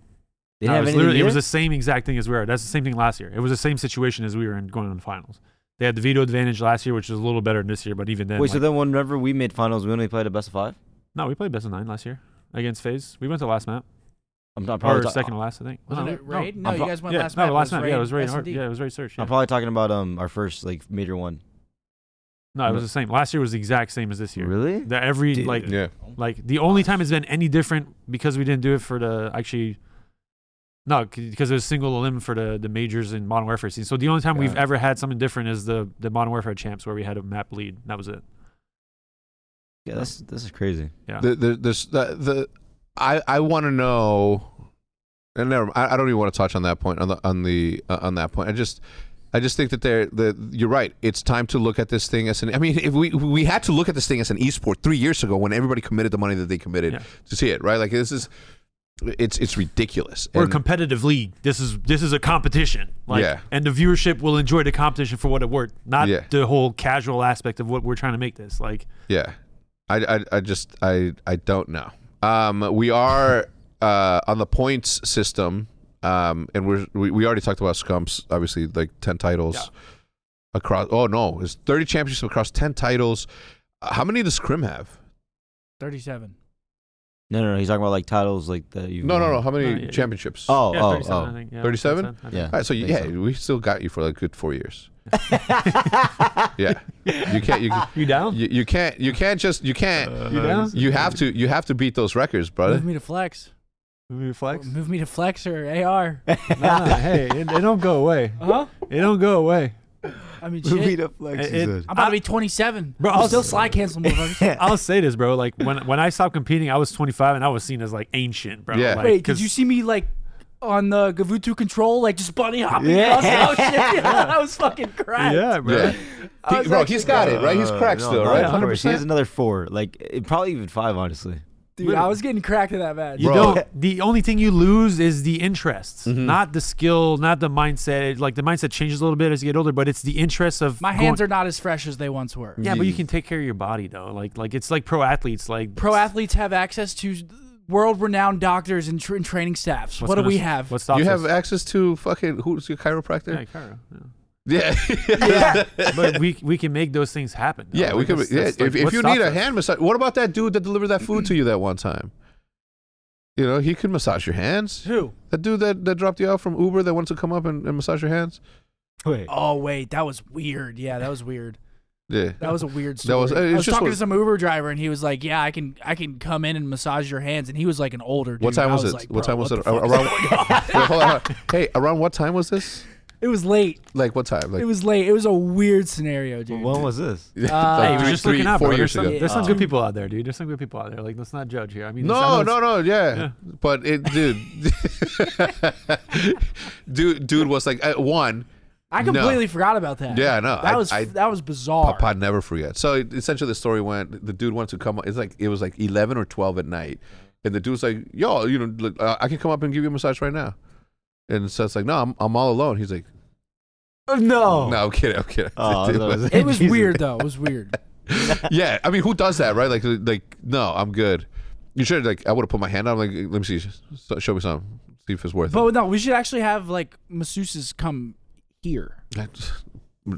S4: They
S2: no, it,
S4: didn't have
S2: was
S4: anything
S2: literally, it was
S4: either?
S2: the same exact thing as we were. That's the same thing last year. It was the same situation as we were in going on the finals. They had the veto advantage last year, which was a little better than this year. But even then,
S4: Wait, so
S2: like-
S4: then whenever we made finals, we only played a best of five.
S2: no, we played best of nine last year against Phase. We went to last map.
S4: I'm, I'm
S2: or
S4: probably ta-
S2: second to last, I think. Was
S3: Wasn't
S2: it?
S3: it Raid? No,
S4: I'm
S3: you
S4: pro-
S3: guys went
S2: yeah,
S3: last
S2: no,
S3: night.
S2: last night. Yeah, it was
S3: Raid
S2: Raid Hard.
S3: SD.
S2: Yeah, it was Raid Search. Yeah.
S4: I'm probably talking about um our first like major one.
S2: no, it was the same. Last year was the exact same as this year.
S4: Really?
S2: The every
S4: Dude.
S2: like
S1: Yeah.
S2: Like the only time it's been any different because we didn't do it for the actually no because it was single limb for the the majors in Modern Warfare scene. So the only time we've
S4: Got it.
S2: ever had something different is the the Modern Warfare champs where we had a map lead. That was it.
S4: Yeah, that's this is crazy.
S1: The, the, this- the, the, I, I want to know, and never, I, I don't even want to touch on that point on the on the uh, on that point. I just, I just think that they're the. You're right. It's time to look at this thing as an. I mean, if we we had to look at this thing as an esport three years ago when everybody committed the money that they committed
S2: Yeah.
S1: to see it, right? Like this is, it's it's ridiculous.
S2: We're a
S1: And-
S2: competitive league. This is this is a competition. Like
S1: Yeah.
S2: and the viewership will enjoy the competition for what it worth, not
S1: Yeah.
S2: the whole casual aspect of what we're trying to make this. Like
S1: Yeah, I, I, I just I I don't know. Um, we are uh, on the points system, um, and we're we, we already talked about scumps. Obviously, like ten titles
S2: Yeah.
S1: across. Oh no, it's thirty championships across ten titles. Uh, How many does Scrim have?
S3: Thirty-seven.
S4: No, no, no. He's talking about like titles like that. you
S1: No, no, no. How
S2: Uh,
S1: many
S2: yeah.
S1: championships?
S4: Oh,
S2: yeah,
S4: oh,
S2: 37, I
S4: oh.
S2: think. Yeah,
S1: 37?
S2: 37, I think.
S4: Yeah.
S1: All right, so
S4: I think
S1: yeah,
S4: so.
S1: we still got you for like good four years. Yeah, you can't you,
S2: You down?
S1: you you can't you can't just you can't
S2: you down?
S1: you have to you have to beat those records, brother.
S3: Move me to flex.
S2: Reflex?
S3: Move me to flex or AR.
S2: nah, hey, it, it don't go away.
S3: Huh?
S2: It don't go away.
S3: I mean, shit.
S2: It- it-
S3: I'm about to be 27.
S2: Bro,
S3: I'm
S2: I'll-
S3: still slide canceling motherfuckers.
S2: I'll say this, bro. Like when when I stopped competing, I was 25 and I was seen as like ancient, bro.
S1: Yeah.
S2: Like,
S3: Wait, did
S2: 'cause-
S3: you see me like on the Gavutu control, like just bunny hopping?
S4: Yeah.
S3: across the ocean? I was fucking crying.
S2: Yeah, bro.
S1: Yeah.
S3: I
S1: He-
S3: was
S1: bro,
S3: actually-
S1: he's got it right.
S4: Uh,
S3: Uh,
S1: He's cracked still, right?
S2: yeah,
S4: Of course. He
S1: 100%.
S4: has another four. Like it, probably even five, honestly.
S3: Dude, I was getting cracked in that match.
S2: You
S1: Bro. Mm-hmm.
S2: don't. The only thing you lose is the interests, not the skill, not the mindset. Like the mindset changes a little bit as you get older, but it's the interest of
S3: My hands are not as fresh as they once were.
S2: Yeah,
S1: Mm.
S2: but you can take care of your body though. Like like it's like pro athletes. Like
S3: Pro athletes have access to world-renowned doctors and, tra- and training staffs.
S2: what's
S3: what do
S2: gonna-
S3: we have?
S2: What stops
S1: you have
S2: us?
S1: access to fucking who's your
S2: Yeah,
S1: chiropractor?
S2: Cairo, yeah.
S1: Yeah,
S3: yeah.
S2: but we we can make those things happen. though.
S1: yeah. we
S2: Like,
S1: could.
S2: that's-
S1: Yeah,
S2: that's, like,
S1: if, if
S2: what
S1: you need
S2: stops
S1: a
S2: us.
S1: hand massage, what about that dude that delivered that food to you that one time? You know, he could massage your hands.
S3: Who?
S1: That dude that, that dropped you off from Uber that wants to come up and, and massage your hands.
S4: Wait.
S3: Oh wait, that was weird. Yeah, that was weird.
S1: Yeah.
S3: That was a weird story.
S1: That was- it's
S3: I was
S1: just
S3: talking
S1: what-
S3: to some Uber driver, and he was like, "Yeah, I can, I can come in and massage your hands." And he was like an older. Dude.
S1: What time
S3: I
S1: was,
S3: was
S1: it?
S3: like,
S1: what
S3: "Bro,
S1: time was
S3: what
S1: it?
S3: the fuck
S1: Ar-
S3: is
S1: Around.
S3: going
S1: Wait, hold on, hold on. Hey, around what time was this?
S3: It was late.
S1: Like what time? Like
S3: It was late. It was a weird scenario, dude.
S4: When was this?
S1: like
S3: Uh,
S2: Hey,
S3: Hey,
S2: we're
S1: three-
S2: just
S1: three,
S2: looking out,
S1: four
S2: bro.
S1: years
S2: There's some,
S1: ago.
S2: there's some
S3: Yeah.
S2: good people out there, dude. There's some good people out there. Like, let's not judge here. I mean, I know
S1: No,
S2: it's-
S1: no, no, yeah.
S2: Yeah.
S1: But it, dude, dude, dude was like uh, one.
S3: I
S1: No.
S3: completely forgot about that.
S1: Yeah, I know.
S3: That
S1: I-
S3: was
S1: I-
S3: that was bizarre.
S1: Papa never forget. So it- essentially, the story went: the dude wanted to come. It's like it was like eleven or twelve at night, and the dude's like, "Yo, you know, look, uh, I can come up and give you a massage right now." And so it's like, "No, I'm, I'm all alone." He's like,
S4: No.
S1: "No, I'm kidding, I'm kidding."
S4: Oh, I was-
S3: It was
S4: Jesus.
S3: weird though. It was weird.
S1: yeah, I mean, who does that, right? Like, like, no, I'm good. You should like, I would have put my hand out. like, let me see, so- show me some, see if it's worth
S3: But no, we should actually have like masseuses come here.
S1: it.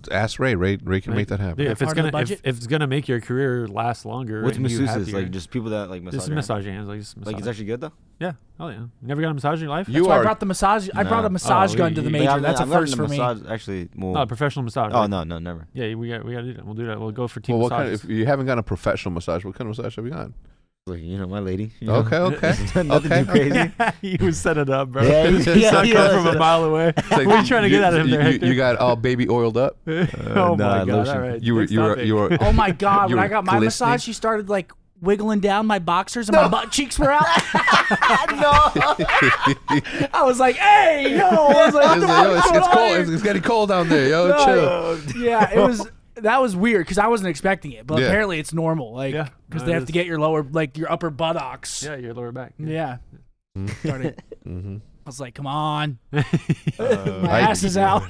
S1: Ask Ray. Ray, Ray can
S2: Ray-
S1: make that happen.
S2: Dude, if it's
S3: Part of the
S2: gonna if,
S3: budget?
S2: if it's gonna make your career last longer,
S4: What's
S2: and you
S4: masseuses?
S2: happier,
S4: Like just people that like massage.
S2: just
S4: your hand?
S2: massage your hands, like just massage.
S4: Like it's actually good though.
S2: yeah, oh yeah. You never got a massage in your life?
S1: You
S3: So I
S1: are
S3: brought the massage. I brought
S4: No.
S3: a massage
S2: Oh,
S3: gun
S2: you-
S3: to the
S2: you-
S3: major.
S4: Like, I've-
S3: That's a
S4: I've gotten
S3: first
S4: a
S3: for me.
S4: massage, Actually, well,
S2: no, a professional massage.
S4: oh
S2: right?
S4: no, no, never.
S2: Yeah, we got we got to do that. We'll do that. We'll go for team
S1: well, what kind
S2: massages.
S1: of, if you haven't gotten a professional massage, what kind of massage have you gotten?
S4: Like you know, my lady. you know.
S1: Okay, okay.
S4: Nothing
S1: Okay.
S4: too crazy.
S2: you was set it up, bro.
S4: Yeah,
S1: It's
S4: yeah,
S1: not
S2: Come
S1: coming
S4: yeah.
S2: from a mile away.
S1: It's like,
S2: What are you trying to get out of him
S1: you-
S2: there,
S1: you-
S2: Hector?
S1: you got all baby oiled up.
S2: oh my
S4: nah,
S2: god!
S4: lotion.
S2: All right,
S1: You were,
S2: next
S1: you were,
S2: topic.
S1: you were.
S3: Oh my god!
S1: You
S3: when
S1: were
S3: I got my
S1: glistening.
S3: massage, she started like wiggling down my boxers and my butt cheeks were out. I was like, "Hey, yo!" I was like, "What
S1: It's,
S3: the
S1: like, yo, it's,
S3: fuck
S1: it's
S3: is going on
S1: cold.
S3: here?"
S1: It's, it's getting cold down there. Yo,
S3: No.
S1: chill.
S3: yeah, it was that was weird because I wasn't expecting it, but
S1: Yeah.
S3: apparently it's normal. Like,
S2: Yeah,
S3: because
S2: no,
S3: they
S2: it
S3: have
S2: is.
S3: to get your lower, like your upper buttocks.
S2: yeah, your lower back.
S3: yeah. Started-
S1: Mhm.
S3: I was like, "Come on, my
S1: I-
S3: ass is out."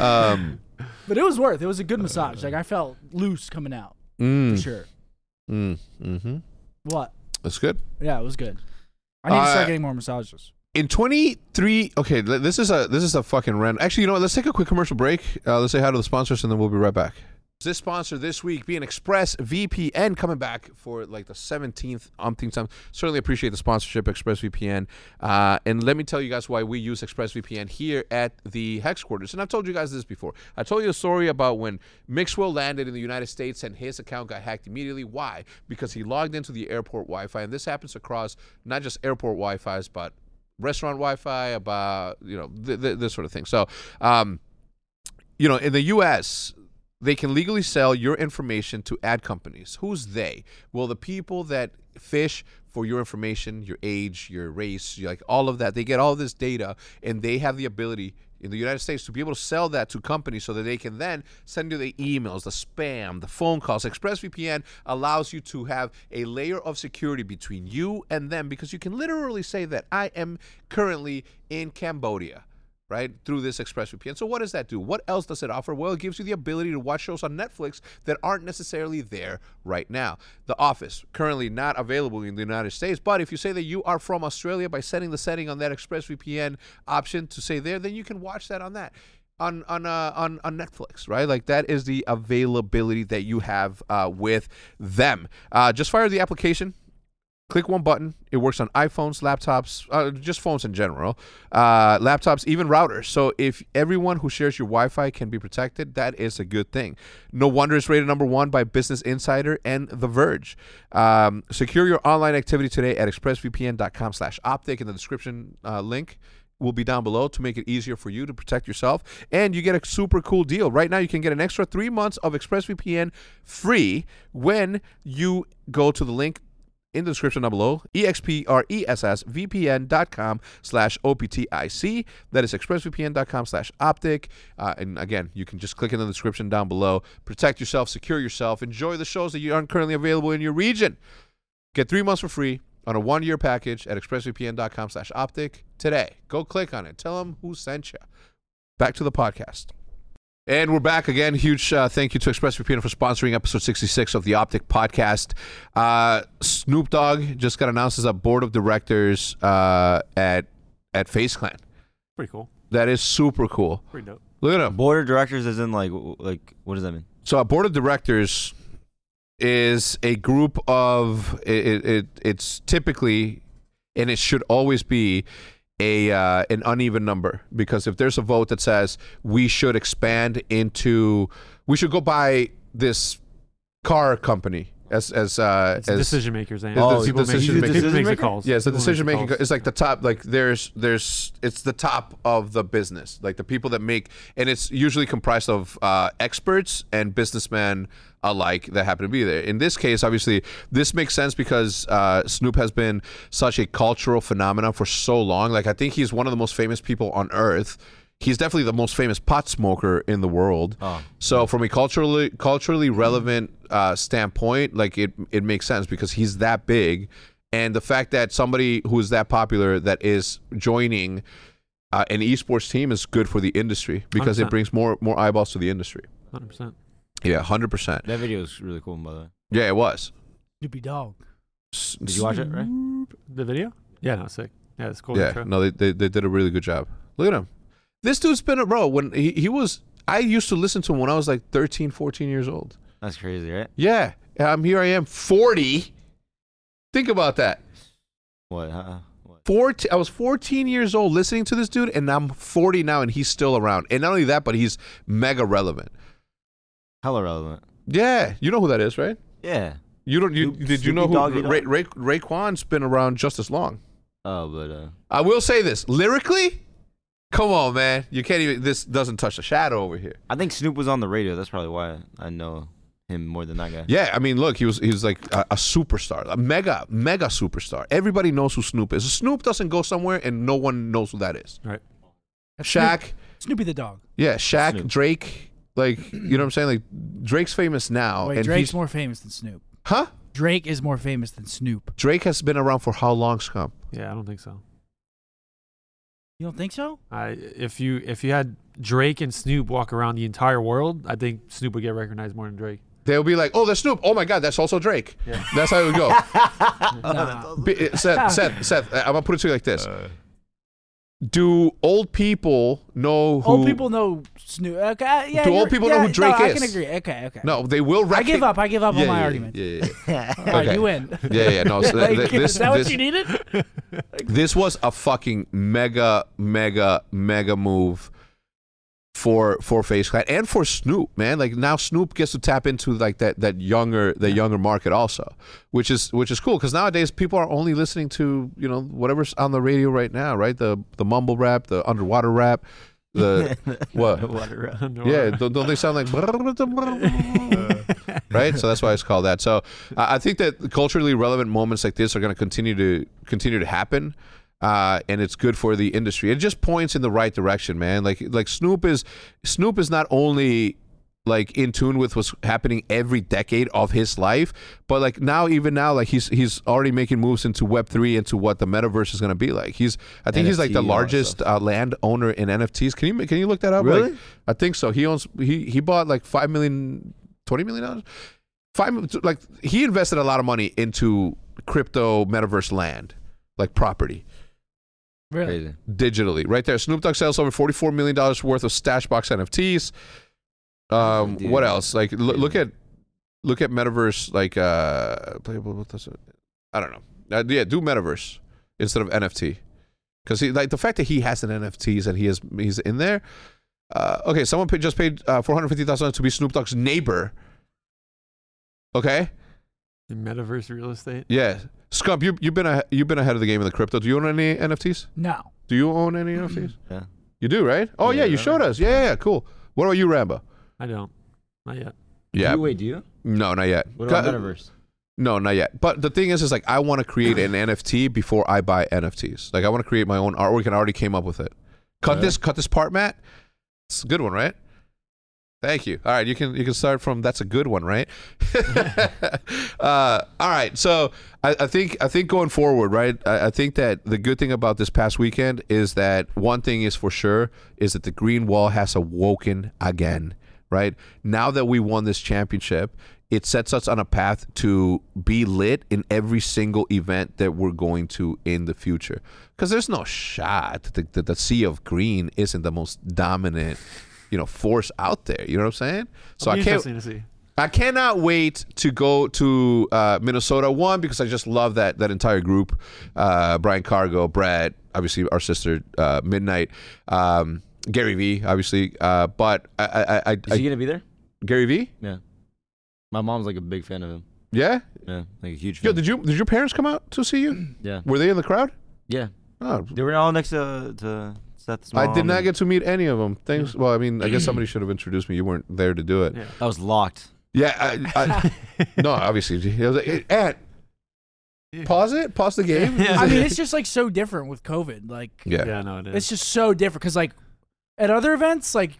S1: Um,
S3: but it was worth. It was a good massage. Like I felt loose coming out.
S1: mm,
S3: Sure.
S1: mm, hmm
S3: What?
S1: That's good.
S3: Yeah, it was good. I need to
S1: Uh,
S3: start getting more massages.
S1: In 23, okay, th- this is a this is a fucking random. Actually, you know what? Let's take a quick commercial break. Uh, let's say hi to the sponsors, and then we'll be right back. This sponsor this week being Express VPN coming back for like the 17th umpteenth time. Certainly appreciate the sponsorship, Express VPN. Uh, and let me tell you guys why we use Express VPN here at the Hex Quarters. And I've told you guys this before. I told you a story about when Mixwell landed in the United States and his account got hacked immediately. Why? Because he logged into the airport Wi Fi. And this happens across not just airport Wi Fi's, but restaurant Wi Fi, about, you know, th- th- this sort of thing. So, um, you know, in the U.S., they can legally sell your information to ad companies. Who's they? Well, the people that fish for your information, your age, your race, your- like all of that. They get all this data, and they have the ability in the United States to be able to sell that to companies so that they can then send you the emails, the spam, the phone calls. ExpressVPN allows you to have a layer of security between you and them because you can literally say that I am currently in Cambodia right through this ExpressVPN. So what does that do? What else does it offer? Well, it gives you the ability to watch shows on Netflix that aren't necessarily there right now. The Office currently not available in the United States, but if you say that you are from Australia by setting the setting on that ExpressVPN option to say there, then you can watch that on that on on uh, on on Netflix, right? Like that is the availability that you have uh, with them. Uh, just fire the application click one button it works on iphones laptops uh, just phones in general uh, laptops even routers so if everyone who shares your wi-fi can be protected that is a good thing no wonder it's rated number one by business insider and the verge um, secure your online activity today at expressvpn.com slash optic in the description uh, link will be down below to make it easier for you to protect yourself. And you get a super cool deal. Right now, you can get an extra three months of ExpressVPN free when you go to the link in the description down below, E expressvpn.com slash OPTIC. That is expressvpn.com slash optic. Uh, and again, you can just click in the description down below. Protect yourself, secure yourself, enjoy the shows that you aren't currently available in your region. Get three months for free on a one-year package at expressvpn.com slash optic today. Go click on it. Tell them who sent you. Back to the podcast. And we're back again. Huge uh, thank you to ExpressVPN for sponsoring episode 66 of the Optic Podcast. Uh, Snoop Dogg just got announced as a board of directors uh, at at Face Clan.
S2: Pretty cool.
S1: That is super cool.
S2: Pretty dope.
S1: Look at him.
S4: Board of directors is in like w- like what does that mean?
S1: So a board of directors is a group of it, it, it it's typically and it should always be a uh, an uneven number because if there's a vote that says we should expand into we should go buy this car company as as uh
S2: It's
S1: as
S2: decision makers. ain't it?
S1: Oh,
S2: People
S1: it's decision
S2: make,
S1: maker.
S2: people make
S4: Decision
S2: the
S4: maker?
S2: calls.
S1: yeah, so
S2: People make the
S1: decision making
S2: calls.
S1: is like the top. Like there's there's it's the top of the business. Like the people that make, and it's usually comprised of uh, experts and businessmen alike that happen to be there. In this case, obviously, this makes sense because uh, Snoop has been such a cultural phenomenon for so long. Like I think he's one of the most famous people on earth. He's definitely the most famous pot smoker in the world.
S4: Oh.
S1: So from a culturally culturally relevant uh, standpoint, like it it makes sense because he's that big, and the fact that somebody who is that popular that is joining uh, an esports team is good for the industry because it
S2: 100%.
S1: brings more more eyeballs to the industry.
S2: 100%.
S1: Yeah, hundred percent.
S4: That video is really cool, by the way.
S1: Yeah, it was.
S3: Doopy dog.
S1: S-
S4: Did you watch it? Right?
S2: The video? Yeah, no, sick. Yeah, it's cool.
S1: yeah,
S2: intro.
S1: no, they, they they did a really good job. Look at him. This dude's been a bro. When he, he was, I used to listen to him when I was like 13, 14 years old.
S4: That's crazy, right?
S1: Yeah, um, here I am, forty. Think about that.
S4: What? Uh, what?
S1: Fourteen. I was fourteen years old listening to this dude, and I'm forty now, and he's still around. And not only that, but he's mega relevant.
S4: Hella relevant.
S1: Yeah, you know who that is, right?
S4: Yeah.
S1: You don't. You,
S4: Snoop-
S1: did you know
S4: Snoopy
S1: who
S4: Doggy
S1: Ray,
S4: Dogg.
S1: Ray, Rayquan's been around just as long?
S4: Oh, but uh,
S1: I will say this lyrically. Come on, man. You can't even. This doesn't touch a shadow over here.
S4: I think Snoop was on the radio. That's probably why I know him more than that guy.
S1: Yeah, I mean, look, he was he was like a, a superstar, a mega mega superstar. Everybody knows who Snoop is. Snoop doesn't go somewhere, and no one knows who that is.
S2: Right.
S1: Shaq,
S3: Snoopy the dog.
S1: yeah, Shaq,
S4: Snoop.
S1: Drake, like you know what I'm saying? Like Drake's famous now,
S3: Wait,
S1: Oh, and
S3: Drake's
S1: he's
S3: more famous than Snoop.
S1: huh?
S3: Drake is more famous than Snoop.
S1: Drake has been around for how long, Scum?
S2: Yeah, I don't think so.
S3: You don't think so?
S2: I if you if you had Drake and Snoop walk around the entire world, I think Snoop would get recognized more than Drake.
S1: They'll be like, "Oh, that's Snoop. Oh my God, that's also Drake."
S2: Yeah.
S1: That's how it would go. uh,
S3: Nah.
S1: B- Seth, Seth, Seth, I'm gonna put it to you like this: do old people know who?
S3: old people know Snoop. Okay, uh, yeah.
S1: Do old
S3: you're-
S1: people
S3: yeah,
S1: know who Drake
S3: no, I
S1: is?
S3: can agree. Okay, okay.
S1: No, they will.
S3: I give up. I give up
S1: yeah,
S3: on my
S1: yeah,
S3: argument.
S1: Yeah, yeah, yeah.
S3: All right,
S1: Okay.
S3: you win.
S1: yeah, yeah, No, so th-
S3: Like,
S1: th- this,
S3: is that
S1: this-
S3: what you needed?
S1: this was a fucking mega, mega, mega move for for Face Clan and for Snoop, man. Like now Snoop gets to tap into like that that younger the younger market also, which is which is cool because nowadays people are only listening to you know whatever's on the radio right now, right? The the mumble rap, the underwater rap, the what?
S4: Water.
S1: Yeah, don't, don't they sound like right? So that's why it's called that. So I I think that culturally relevant moments like this are going to continue to continue to happen, uh, and it's good for the industry. It just points in the right direction, man. Like like Snoop is Snoop is not only like in tune with what's happening every decade of his life but like now even now like he's he's already making moves into web 3 into what the metaverse is going to be like he's i think he's like
S4: NFT,
S1: the
S4: all that
S1: largest
S4: stuff.
S1: uh, land owner in nfts can you can you look that up
S4: Really?
S1: Like, I think so. He owns he he bought like five million, twenty million dollars. Five mil- like he invested a lot of money into crypto metaverse land, like property
S3: Really?
S4: Crazy.
S1: digitally, right there. Snoop Dogg sells over forty four million dollars worth of stash box NFTs. Um,
S4: Dude.
S1: what else? Like l- look
S4: Crazy.
S1: at look at metaverse like uh playable what does it- I don't know. Uh, yeah, do metaverse instead of NFT. Cuz he like the fact that he has an NFTs and he is he's in there. Uh, okay, someone paid, just paid uh, $450,000 to be Snoop Dogg's neighbor. Okay?
S2: The metaverse real estate.
S1: Yeah. Scump, you you've been a, you've been ahead of the game in the crypto. Do you own any NFTs?
S3: No.
S1: Do you own any NFTs?
S4: Yeah.
S1: You do, right? Oh yeah,
S4: Yeah,
S1: you
S4: I
S1: showed
S4: know.
S1: us. Yeah, yeah, yeah, cool. What about you, Rambo?
S2: I don't. Not yet.
S1: Yeah.
S4: You, wait, do you?
S1: No, not yet.
S4: What about
S1: Ca-
S4: metaverse?
S1: No, not yet. But the thing is, is like I want to create an NFT before I buy NFTs. Like I want to create my own artwork, and I already came up with it. Cut
S4: Yeah.
S1: this, cut this part, Matt. It's a good one, right? Thank you. All right, you can you can start from that's a good one, right? uh, all right, so I, I think I think going forward, right? I, I think that the good thing about this past weekend is that one thing is for sure is that the green wall has awoken again, right? Now that we won this championship, it sets us on a path to be lit in every single event that we're going to in the future. Because there's no shot that the, that the sea of green isn't the most dominant you know force out there. You know what I'm saying?
S2: It'll
S1: So I
S2: be
S1: can't.
S2: interesting to see.
S1: I cannot wait to go to uh, Minnesota one because I just love that that entire group. Uh, Brian Cargo, Brad, obviously our sister uh, Midnight, um, Gary V, obviously. Uh, but I, I, I, I,
S4: Is he gonna be there?
S1: Gary V,
S4: Yeah. My mom's like a big fan of him.
S1: yeah.
S4: Yeah, like a huge
S1: Yo,
S4: fan.
S1: did you did your parents come out to see you?
S4: yeah,
S1: Were they in the crowd?
S4: yeah.
S1: Oh,
S4: They were all next to to Seth's mom.
S1: I did not
S4: and-
S1: get to meet any of them. Thanks. Well, I mean, I guess somebody should have introduced me. You weren't there to do it.
S2: Yeah.
S4: I was locked.
S1: Yeah. I, I, no, obviously. I was like, Aunt,
S2: Yeah.
S1: pause it. Pause the game.
S2: Yeah.
S3: I mean, it's just like so different with COVID. Like,
S1: Yeah.
S2: Yeah, no, it is.
S3: it's just so different because like at other events, like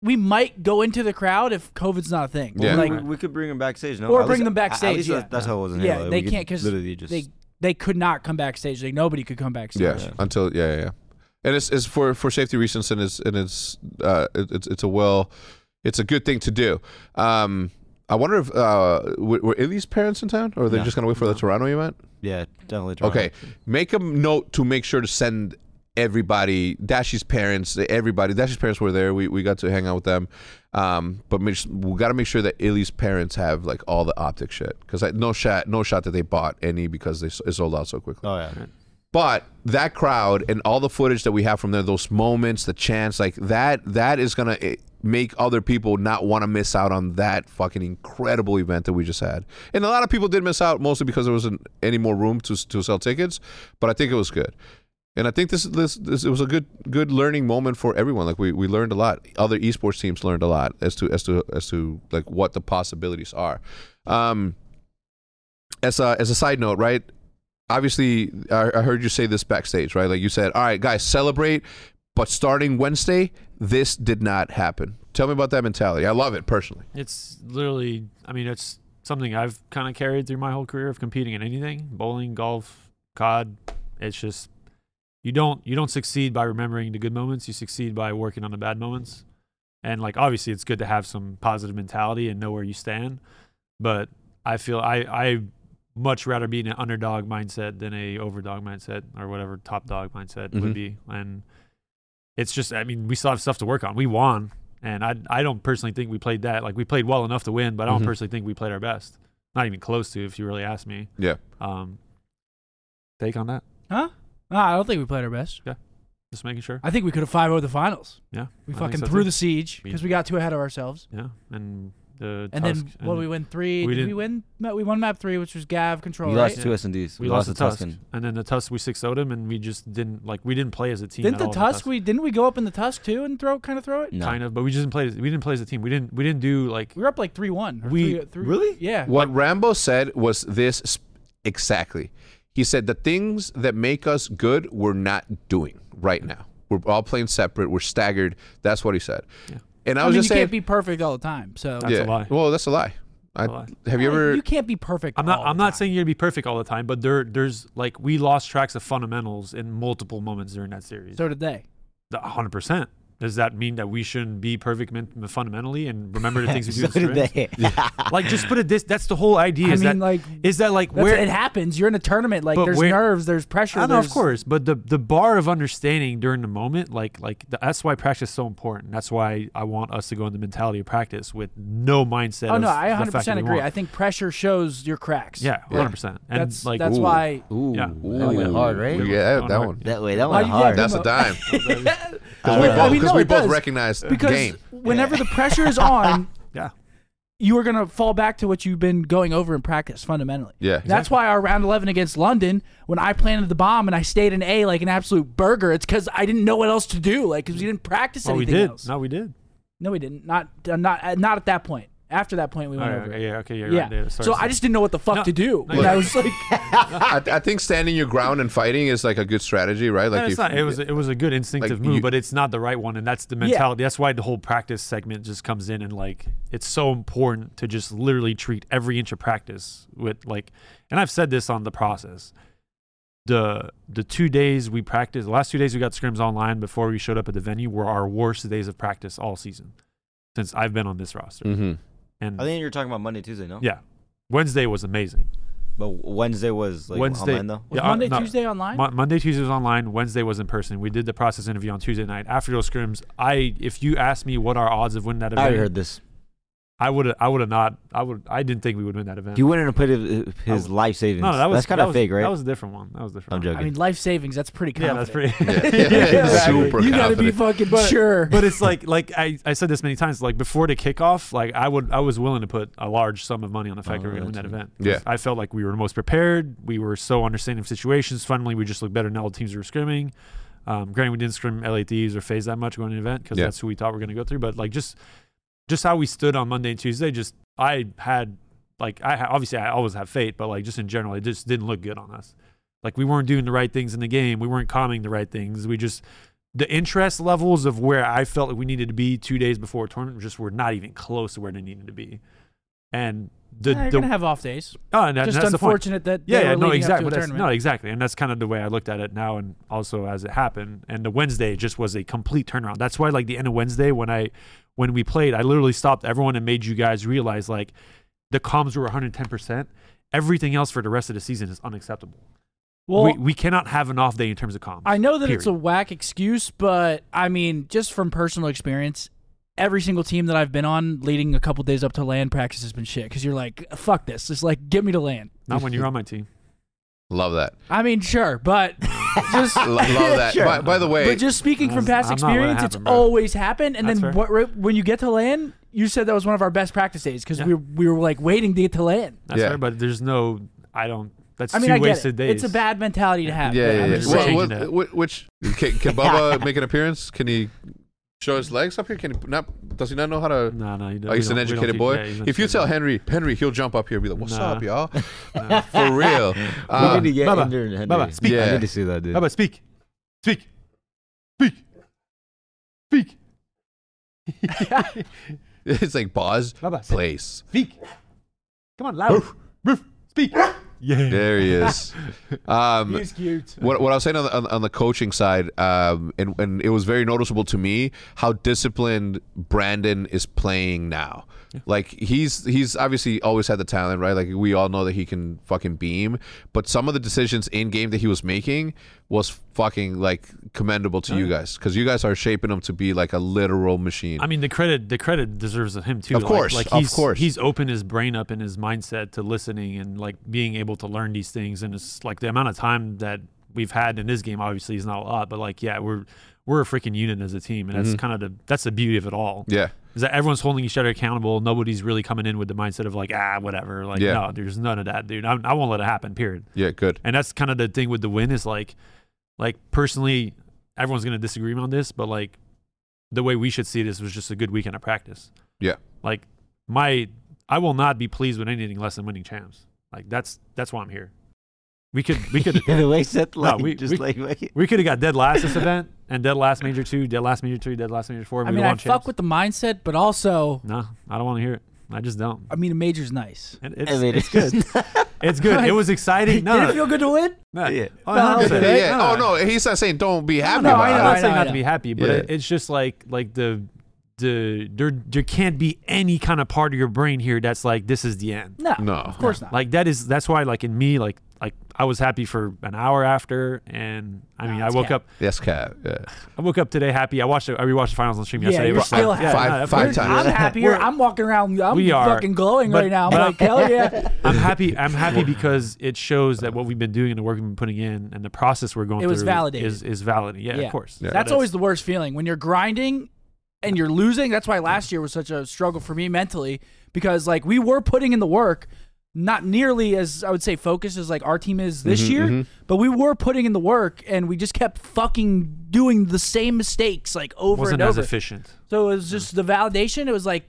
S3: we might go into the crowd if COVID's not a thing.
S1: Yeah.
S3: Like
S4: we, we could bring them backstage. No,
S3: Or
S4: At
S3: bring
S4: least-
S3: them
S4: a- at
S3: backstage,
S4: least
S3: yeah.
S4: that's- That's how it was. in
S3: Yeah,
S4: Halo.
S3: they
S4: We could
S3: can't 'cause
S4: literally just
S3: they they could not come backstage. Like nobody could come backstage.
S1: Yeah,
S4: Yeah.
S1: until yeah, yeah, yeah. And it's, it's for for safety reasons, and it's and it's uh, it- it's it's a well, it's a good thing to do. Um, I wonder if uh, were, were Illy's parents in town, or they're
S4: No,
S1: just gonna wait for the Toronto event?
S4: yeah, definitely. Toronto.
S1: Okay, make a note to make sure to send everybody Dashy's parents, everybody. Dashy's parents were there. We we got to hang out with them, um, but make, s- we got to make sure that Illy's parents have like all the optic shit because no shot, no shot that they bought any because they s- it sold out so quickly.
S4: Oh yeah.
S1: But that crowd and all the footage that we have from there, those moments, the chants, like that, that is gonna eh, make other people not want to miss out on that fucking incredible event that we just had. And a lot of people did miss out, mostly because there wasn't any more room to s- to sell tickets. But I think it was good, and I think this this, this it was a good good learning moment for everyone. Like we, we learned a lot. Other esports teams learned a lot as to as to as to like what the possibilities are. Um, as a as a side note, right? obviously I, I heard you say this backstage right like you said all right guys celebrate but starting wednesday this did not happen tell me about that mentality i love it personally
S2: It's literally, I mean, it's something I've kind of carried through my whole career of competing in anything, bowling, golf, COD. It's just you don't you don't succeed by remembering the good moments. You succeed by working on the bad moments. And like obviously, it's good to have some positive mentality and know where you stand. But I feel I I much rather be in an underdog mindset than a overdog mindset or whatever top dog mindset
S1: Mhm.
S2: would be. And it's just, I mean, we still have stuff to work on. We won, and I I don't personally think we played that. Like we played well enough to win, but I don't
S1: Mhm.
S2: personally think we played our best. Not even close to, if you really ask me.
S1: Yeah.
S2: Um, take on that.
S3: No, I don't think we played our best.
S2: Just making sure.
S3: I think we could have 5 0 the finals.
S2: Yeah.
S3: We
S2: I think
S3: fucking
S2: so
S3: threw
S2: too.
S3: the siege
S2: We-
S3: because we got too ahead of ourselves.
S2: Yeah, and the
S3: And
S2: Tusk
S3: then, what, we win three?
S2: we
S3: did we
S2: didn't-
S3: win? ma- We won map three, which was Gav control.
S4: We
S3: right?
S4: lost
S2: right?
S4: two SNDs.
S2: we lost,
S4: to
S2: the Tusk, and then the Tusk we six would him, and we just didn't like we didn't play as a team.
S3: Didn't
S2: at
S3: the
S2: all in
S3: tusk? We didn't we go up in the tusk too and throw kind of throw it?
S4: No.
S2: kind of, but we just didn't play. as- We didn't play as a team. We didn't. We didn't do like.
S3: We were up like three one.
S2: We-
S3: three, three,
S4: really?
S3: Yeah.
S1: What Rambo said was this sp- exactly. He said the things that make us good we're not doing right now. We're all playing separate. We're staggered. That's what he said.
S2: Yeah.
S1: And I
S3: I,
S1: was
S3: mean,
S1: just
S3: you
S1: saying,
S3: can't be perfect all the time. So
S2: That's
S1: yeah.
S2: a lie.
S1: Well, that's a lie. I,
S2: That's a
S1: Have you
S3: Well,
S1: ever?
S3: You can't be perfect.
S2: I'm not.
S3: all the
S2: I'm not
S3: time.
S2: saying you're gonna be perfect all the time, but there, there's like we lost tracks of fundamentals in multiple moments during that series.
S3: So did they.
S2: The 100. percent Does that mean that we shouldn't be perfect men- fundamentally and remember the things we do?
S4: So
S2: in
S4: did
S2: sprints?
S4: they.
S2: Like just put it this. That's the whole idea.
S3: I
S2: is
S3: mean,
S2: that,
S3: like,
S2: is that like
S3: That's-
S2: where
S3: it happens. You're in a tournament. Like
S2: But
S3: there's
S2: where-
S3: nerves. There's pressure.
S2: I know, of
S3: there's-
S2: course, but the the bar of understanding during the moment, like like the, that's why practice is so important. That's why I want us to go in the mentality of practice with no mindset.
S3: Oh
S2: of
S3: no,
S2: the
S3: I
S2: fact
S3: 100 percent
S2: that we
S3: agree.
S2: won.
S3: I think pressure shows your cracks.
S2: yeah,
S1: Yeah.
S2: 100. percent And
S3: that's
S2: like
S3: that's
S1: Ooh.
S3: why.
S4: Ooh,
S2: Yeah.
S4: that went
S1: Ooh.
S4: hard, right?
S2: Yeah.
S1: Yeah,
S2: That
S1: that
S2: went
S1: one.
S4: That way, that
S3: Why
S4: went
S3: you
S4: hard.
S3: get
S1: That's a
S3: Well,
S1: dime. Because
S4: Uh,
S1: we
S4: I
S1: both,
S3: mean,
S1: because
S3: no,
S1: we
S3: it
S1: both
S3: does.
S1: recognized
S3: because
S1: game.
S3: whenever the pressure is on,
S2: yeah,
S3: you are gonna fall back to what you've been going over in practice fundamentally.
S1: Yeah.
S3: That's why our round 11 against London, when I planted the bomb and I stayed in A like an absolute burger, it's because I didn't know what else to do. Like, because we didn't practice
S2: well, we
S3: anything
S2: did.
S3: else.
S2: No, we did.
S3: No, we didn't. Not uh, not uh, not at that point. After that point, we
S2: All
S3: went
S2: right,
S3: over.
S2: okay,
S3: it.
S2: yeah, okay, yeah.
S3: Yeah.
S2: you're Right there. Sorry,
S3: so I
S2: sorry.
S3: just didn't know what the fuck
S2: No,
S3: to do.
S2: no,
S3: and
S1: you're
S3: I
S2: right.
S3: was like,
S1: I, I think standing your ground and fighting is like a good strategy, right? Like
S2: No, it's
S1: if-
S2: not, it was it was a good instinctive
S1: you-
S2: move, but it's not the right one, and that's the mentality. That's why the whole practice segment just comes in, and like it's so important to just literally treat every inch of practice with like. And I've said this on the process. The the two days we practiced, the last two days we got scrims online before we showed up at the venue were our worst days of practice all season since I've been on this roster.
S1: Mhm.
S2: And
S4: I think you were talking about Monday, Tuesday, no?
S2: yeah, Wednesday was amazing.
S4: But Wednesday was like
S2: Wednesday,
S4: online, though.
S3: was
S2: Yeah, uh,
S3: Monday,
S2: no.
S3: Tuesday online?
S2: Mon- Monday, Tuesday was online. Wednesday was in person. We did the process interview on Tuesday night. After those scrims, I if you asked me what our odds of winning that
S4: I
S2: event,
S4: already heard this.
S2: I would I would have not. I would I didn't think we would win that event.
S4: He went in and put his, his
S2: I-
S4: life savings.
S2: Oh. no, that was
S4: That's kind of
S2: was-
S4: fake, right?
S2: That was a different one. That was a different.
S4: I'm
S2: one.
S4: joking.
S3: I mean, life savings, that's pretty
S2: Yeah,
S3: confident.
S2: that's pretty.
S1: Yeah.
S3: exactly.
S1: Super
S3: you gotta be
S1: confident.
S3: fucking
S2: But-
S3: sure.
S2: but it's like like I, I said this many times like before the kickoff like I would I was willing to put a large sum of money on the fact
S4: Oh,
S2: that we were going to win
S4: that's
S2: that
S4: right.
S2: event.
S1: Yeah.
S2: I felt like we were most prepared. We were so understanding of situations. Finally, we just looked better than all the teams we were scrimming. Um, granted, we didn't scrim LA Thieves or Phase that much going to the event because
S1: Yeah.
S2: that's who we thought we were going to go through. But like just just how we stood on Monday and Tuesday, just I had like I ha- obviously I always have fate, but like just in general, it just didn't look good on us. Like we weren't doing the right things in the game. We weren't calming the right things. We just the interest levels of where I felt like we needed to be two days before a tournament just were not even close to where they needed to be. And the,
S3: Yeah, you're
S2: the
S3: gonna have off days.
S2: oh, and that-
S3: Just
S2: that's the point.
S3: unfortunate that they
S2: Yeah, yeah,
S3: were
S2: no,
S3: leading
S2: exactly. but
S3: Up to a
S2: that's-
S3: tournament.
S2: No, exactly. And that's kind of the way I looked at it now and also as it happened. And the Wednesday just was a complete turnaround. That's why like the end of Wednesday when I when we played, I literally stopped everyone and made you guys realize like the comms were 110%. Everything else for the rest of the season is unacceptable.
S3: well,
S2: we, we cannot have an off day in terms of comms.
S3: I know that it's a
S2: period.
S3: whack excuse, but I mean, just from personal experience, every single team that I've been on leading a couple days up to land practice has been shit because you're like, fuck this. It's like, get me to land.
S2: not when you're on my team.
S1: love that.
S3: I mean, sure, but just.
S1: Lo- love that. by, by the way,
S3: But just speaking from
S2: I'm-
S3: past
S2: I'm not letting it
S3: experience, it's
S2: happen, bro.
S3: always happened. And
S2: That's
S3: then
S2: fair.
S3: what, right- when you get to land, you said that was one of our best practice days because
S2: Yeah.
S3: we, were, we were like waiting to get to land.
S2: That's
S1: Yeah.
S2: fair, but there's no. I don't. That's
S3: I mean,
S2: two
S3: I get
S2: wasted
S3: it.
S2: days.
S3: It's a bad mentality to have.
S1: yeah,
S3: but
S1: yeah,
S3: I'm
S1: yeah.
S3: just
S2: Well,
S3: saying-
S1: Wh-
S2: saying
S1: wh-
S2: that.
S1: wh- which can, can Bubba make an appearance? Can he show his legs up here? Can he p- not? Does he not know how to?
S2: No, no. You don't,
S1: Oh,
S2: we
S1: he's an
S2: don't- we don't
S1: educated
S2: teach-
S1: boy.
S2: yeah, he's an
S1: if you
S2: educated
S1: tell
S2: boy.
S1: Henry, Henry, he'll jump up here and be like, "What's
S2: Nah.
S1: up, y'all?"
S2: Nah.
S1: For real.
S4: we
S1: Uh,
S4: need to get
S2: Bubba,
S4: in there and Henry.
S2: Bubba, speak.
S1: Yeah.
S4: I need to see that, dude.
S2: How about speak? Speak. Speak. Speak.
S1: it's like pause,
S2: Bubba,
S1: place.
S2: speak. Come on, loud. Speak. Yeah.
S1: There he is. Um,
S2: He's cute.
S1: what, what I was saying on the, on, on the coaching side, um, and, and it was very noticeable to me how disciplined Brandon is playing now. Like he's he's obviously always had the talent, right? Like we all know that he can fucking beam, but some of the decisions in game that he was making was fucking like commendable
S3: Oh,
S1: to you guys because you guys are shaping him to be like a literal machine.
S2: I mean, the credit the credit deserves him too.
S1: Of
S2: Like-
S1: course,
S2: like
S1: of
S2: he's,
S1: course.
S2: he's opened his brain up and his mindset to listening and like being able to learn these things. And it's like the amount of time that we've had in this game obviously is not a lot, but like yeah, we're we're a freaking unit as a team, and
S1: Mm-hmm.
S2: that's kind of the that's the beauty of it all.
S1: yeah,
S2: Is that everyone's holding each other accountable? Nobody's really coming in with the mindset of like ah whatever. Like
S1: Yeah.
S2: no, there's none of that, dude. I, I won't let it happen. Period.
S1: yeah, good.
S2: And that's kind of the thing with the win is like, like personally, everyone's gonna disagree on this, but like, the way we should see this was just a good weekend of practice.
S1: Yeah.
S2: Like my, I will not be pleased with anything less than winning champs. Like that's that's why I'm here. We could we could
S4: the way Seth
S2: No,
S4: like
S2: we-
S4: just
S2: we-
S4: like, like
S2: we could have got dead last this event and dead last major two, dead last major three, dead last major four. and
S3: I
S2: we
S3: mean, I
S2: won
S3: fuck
S2: champs.
S3: with the mindset, but also,
S2: No, I don't want to hear it. I just don't.
S3: I mean, a major's nice.
S2: It, it's,
S4: I mean,
S2: it's
S4: it's
S2: good.
S4: just
S2: It's good. It was exciting. No,
S3: Did
S2: no,
S3: it feel good to win?
S2: no.
S4: Yeah.
S2: Oh, 100%.
S1: Yeah,
S3: Right?
S1: yeah. Oh no, he's not saying don't be happy
S3: no,
S1: about
S3: I
S1: it.
S3: know,
S2: I'm not saying
S3: I
S2: not to
S3: know.
S2: be happy, but
S1: Yeah.
S2: it, it's just like like the the there there can't be any kind of part of your brain here that's like this is the end.
S3: No,
S1: No.
S3: of course not.
S2: Like that is that's why like in me like like I was happy for an hour after, and I mean I
S3: that's
S2: woke
S3: cap.
S2: up
S1: Yes, cat. Yeah.
S2: I woke up today happy. I watched it, I rewatched the finals on stream
S3: Yeah,
S2: yesterday. It
S3: you're
S2: was like-
S3: still happy.
S1: Five-
S2: no, of
S1: five
S2: course.
S1: times.
S3: I'm happier.
S2: We're-
S3: I'm walking around. I'm
S2: we are,
S3: fucking glowing
S2: but-
S3: right now. I'm
S2: but-
S3: like, hell yeah.
S2: I'm happy. I'm happy because it shows that what we've been doing and the work we've been putting in and the process we're going
S3: It was
S2: through
S3: validated.
S2: is is valid. Yeah,
S3: Yeah.
S2: of course.
S1: Yeah.
S3: That's always the worst feeling when you're grinding and you're losing. That's why last year was such a struggle for me mentally because like we were putting in the work, not nearly as I would say focused as like our team is this year, but we were putting in the work and we just kept fucking doing the same mistakes like over
S2: wasn't
S3: and
S2: as
S3: over.
S2: efficient.
S3: So it was just the validation. It was like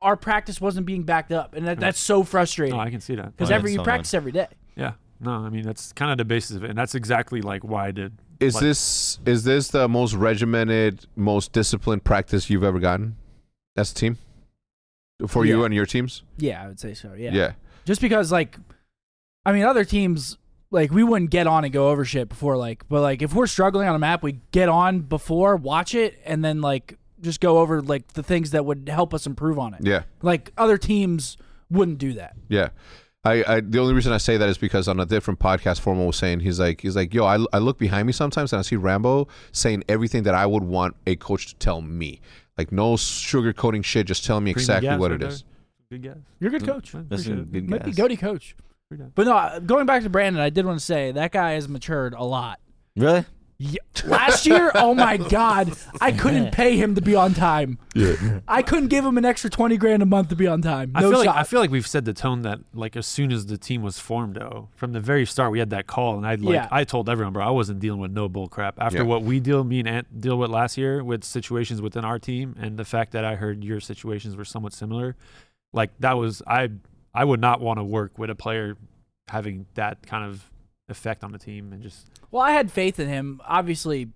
S3: our practice wasn't being backed up, and that, that's so frustrating
S2: No, I can see that.
S3: because
S4: Oh,
S3: every
S4: that's
S3: you
S4: so
S3: practice every day.
S2: Yeah. No, I mean that's kind of the basis of it, and that's exactly like why I did.
S1: Is
S2: like,
S1: this is this the most regimented, most disciplined practice you've ever gotten as a team? For you
S3: Yeah.
S1: and your teams?
S3: Yeah, I would say so.
S1: Yeah.
S3: just because like i mean other teams like we wouldn't get on and go over shit before like but like if we're struggling on a map we get on before watch it and then like just go over like the things that would help us improve on it
S1: Yeah.
S3: like other teams wouldn't do that
S1: Yeah. I, I the only reason I say that is because on a different podcast Formal was saying he's like he's like, yo, I, I look behind me sometimes and I see Rambo saying everything that I would want a coach to tell me. Like no sugarcoating shit, just tell me
S2: cream and
S1: exactly
S2: gas
S1: what
S2: right
S1: it
S2: there.
S1: is.
S2: Good guess.
S3: you're a good
S4: Mm,
S3: coach
S4: that's a good
S3: might be
S4: guess.
S3: goatee coach
S2: Pretty good.
S3: but no uh, going back to brandon i did want to say that guy has matured a lot
S4: Really?
S3: Ye- Last year, oh my God, I couldn't pay him to be on time. I couldn't give him an extra twenty grand a month to be on time.
S2: I
S3: No
S2: feel like
S3: shot.
S2: I feel like we've set the tone that like as soon as the team was formed though, from the very start we had that call and I like
S3: Yeah.
S2: I told everyone, bro, I wasn't dealing with no bull crap. After
S1: Yeah.
S2: what we deal me and Ant deal with last year with situations within our team and the fact that I heard your situations were somewhat similar, like that was I I would not want to work with a player having that kind of effect on the team and just
S3: Well, I had faith in him. Obviously,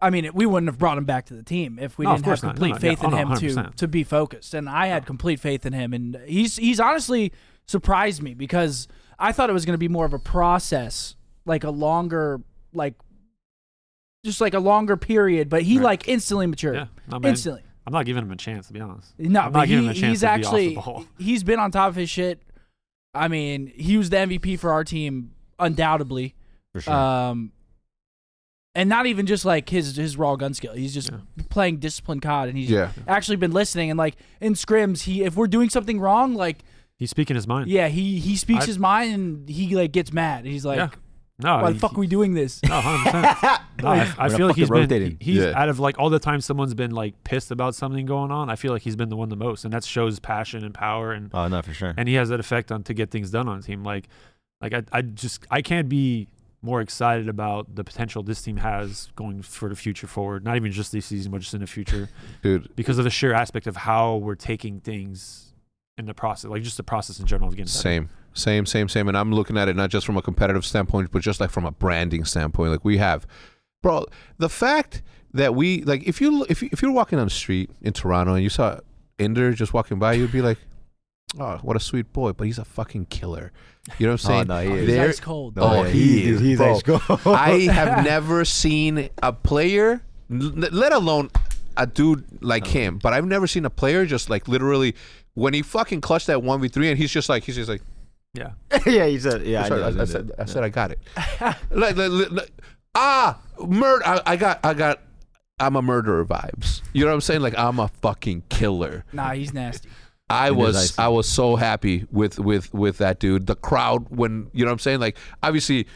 S3: I mean, we wouldn't have brought him back to the team if we
S2: No, of
S3: didn't have
S2: course not. No,
S3: complete
S2: no,
S3: faith
S2: yeah. Oh,
S3: in
S2: no,
S3: him to
S2: 100%.
S3: to be focused. And I had complete faith in him, and he's he's honestly surprised me because I thought it was going to be more of a process, like a longer, like just like a longer period. But he
S2: Right.
S3: like instantly matured,
S2: yeah. No, man,
S3: instantly.
S2: I'm not giving him a chance to be honest.
S3: No,
S2: I'm
S3: but
S2: not
S3: he,
S2: giving him a chance
S3: he's
S2: to be off the
S3: actually
S2: ball.
S3: he's been on top of his shit. I mean, he was the MVP for our team undoubtedly.
S2: Uh,
S4: For sure.
S3: Um, and not even just like his his raw gun skill. He's just
S2: Yeah.
S3: playing disciplined COD, and he's
S1: Yeah.
S3: actually been listening. And like in scrims, he if we're doing something wrong, like
S2: He's speaking his mind.
S3: yeah, he he speaks
S2: Hmm. I-
S3: his mind, and he like gets mad. He's like,
S2: Yeah. No,
S3: why the
S2: he-
S3: fuck are we doing this?
S2: No, 100%. No, I, I
S4: We're
S2: feel like
S4: fucking
S2: he's been
S4: rotating.
S2: he's
S1: Yeah.
S2: out of like all the time someone's been like pissed about something going on. I feel like he's been the one the most, and that shows passion and power, and
S4: Oh no, for sure.
S2: and he has that effect on to get things done on the team. Like, like I, I just I can't be more excited about the potential this team has going for the future forward. Not even just this season, but just in the future
S1: Dude.
S2: because of the sheer aspect of how we're taking things in the process, like just the process in general of getting better.
S1: Same, same, same, same. And I'm looking at it not just from a competitive standpoint, but just like from a branding standpoint. Like we have, bro, the fact that we like if you if you, if you're walking on the street in Toronto and you saw Ender just walking by, you'd be like, oh, what a sweet boy, but he's a fucking killer. You know what I'm saying?
S4: Oh, no, he is.
S1: There-
S3: ice cold.
S1: Oh,
S4: yeah,
S1: he,
S4: he is-
S1: is.
S4: he's
S1: bro.
S4: ice cold.
S1: I have never seen a player, n- let alone a dude like him, but I've never seen a player just like literally when he fucking clutched that 1v3 and he's just like, he's just like,
S2: Yeah.
S4: yeah, you said. Yeah,
S1: Sorry,
S4: I,
S1: I,
S4: knew
S1: I
S4: I
S1: said, I said I got it. Like, like, like, like, ah, murder. I, I got, I got, I'm a murderer vibes. You know what I'm saying? Like I'm a fucking killer.
S3: Nah, he's nasty.
S1: I was,
S4: icy.
S1: I was so happy with with with that dude. The crowd when you know what I'm saying. Like obviously.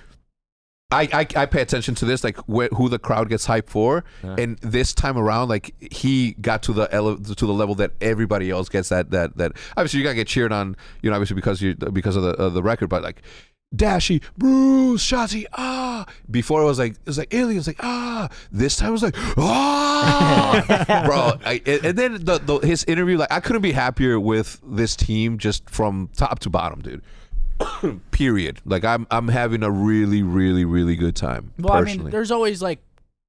S1: I, I, I pay attention to this, like where, who the crowd gets hyped for, and this time around, like he got to the ele- to the level that everybody else gets. That that that obviously you gotta get cheered on, you know, obviously because you because of the of the record, but like Dashy, Bruce, Shotzi, ah. Before it was like it was like aliens, like ah. This time it was like ah, bro. I, and and then the, the, his interview, like I couldn't be happier with this team, just from top to bottom, dude. Period. Like I'm I'm having a really really really good time.
S3: Well, I mean,
S1: personally.
S3: there's always like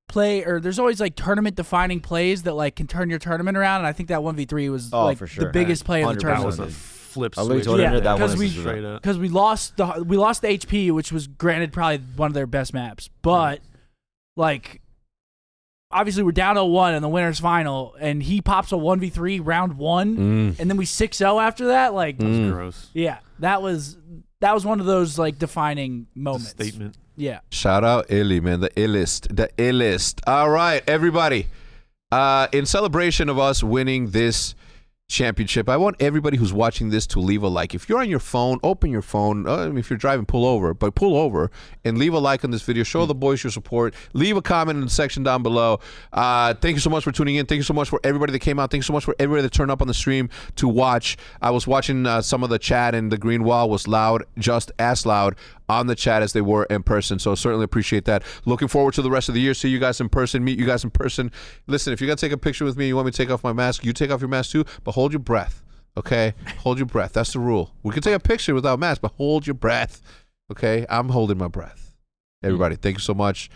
S3: play or there's always like tournament defining plays that like can turn your tournament around. And I think that one v three was
S4: Oh,
S3: like
S4: for sure.
S3: the biggest play of the
S4: 100%.
S2: That was
S3: tournament.
S2: a
S4: Absolutely.
S2: flip
S4: I literally
S2: switch.
S4: told
S3: him
S2: yeah,
S3: that that
S2: because
S3: one
S2: we
S3: is
S4: just-
S2: straight up.
S3: Because we lost the we lost the HP, which was granted probably one of their best maps, but like obviously we're down 0-1 in the winners final, and he pops a one v three round one,
S1: Mm.
S3: and then we 6-0 after that. Like,
S1: Mm.
S2: It's gross.
S3: yeah, that was that was one of those like defining
S2: It's a
S3: moments.
S2: statement.
S3: Yeah,
S1: Shout out Illy, man, the illest, the illest. All right, everybody. Uh, in celebration of us winning this championship, I want everybody who's watching this to leave a like. If you're on your phone, open your phone. Uh, if you're driving, pull over, but pull over and leave a like on this video. Show the boys your support. Leave a comment in the section down below. Uh, thank you so much for tuning in. Thank you so much for everybody that came out. Thank you so much for everybody that turned up on the stream to watch. I was watching uh, some of the chat, and the green wall was loud, just as loud on the chat as they were in person. So certainly appreciate that. Looking forward to the rest of the year. See you guys in person. Meet you guys in person. Listen, if you're gonna take a picture with me, you want me to take off my mask, you take off your mask too, but hold your breath. Okay, hold your breath. That's the rule. We can take a picture without mask, but hold your breath. Okay, I'm holding my breath. Everybody, thank you so much.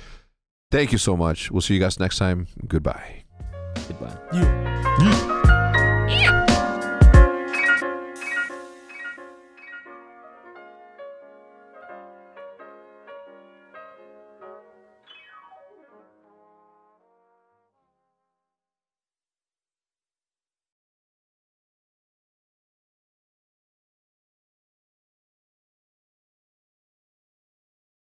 S1: Thank you so much. We'll see you guys next time. Goodbye.
S4: Goodbye.
S3: you.
S1: Yeet.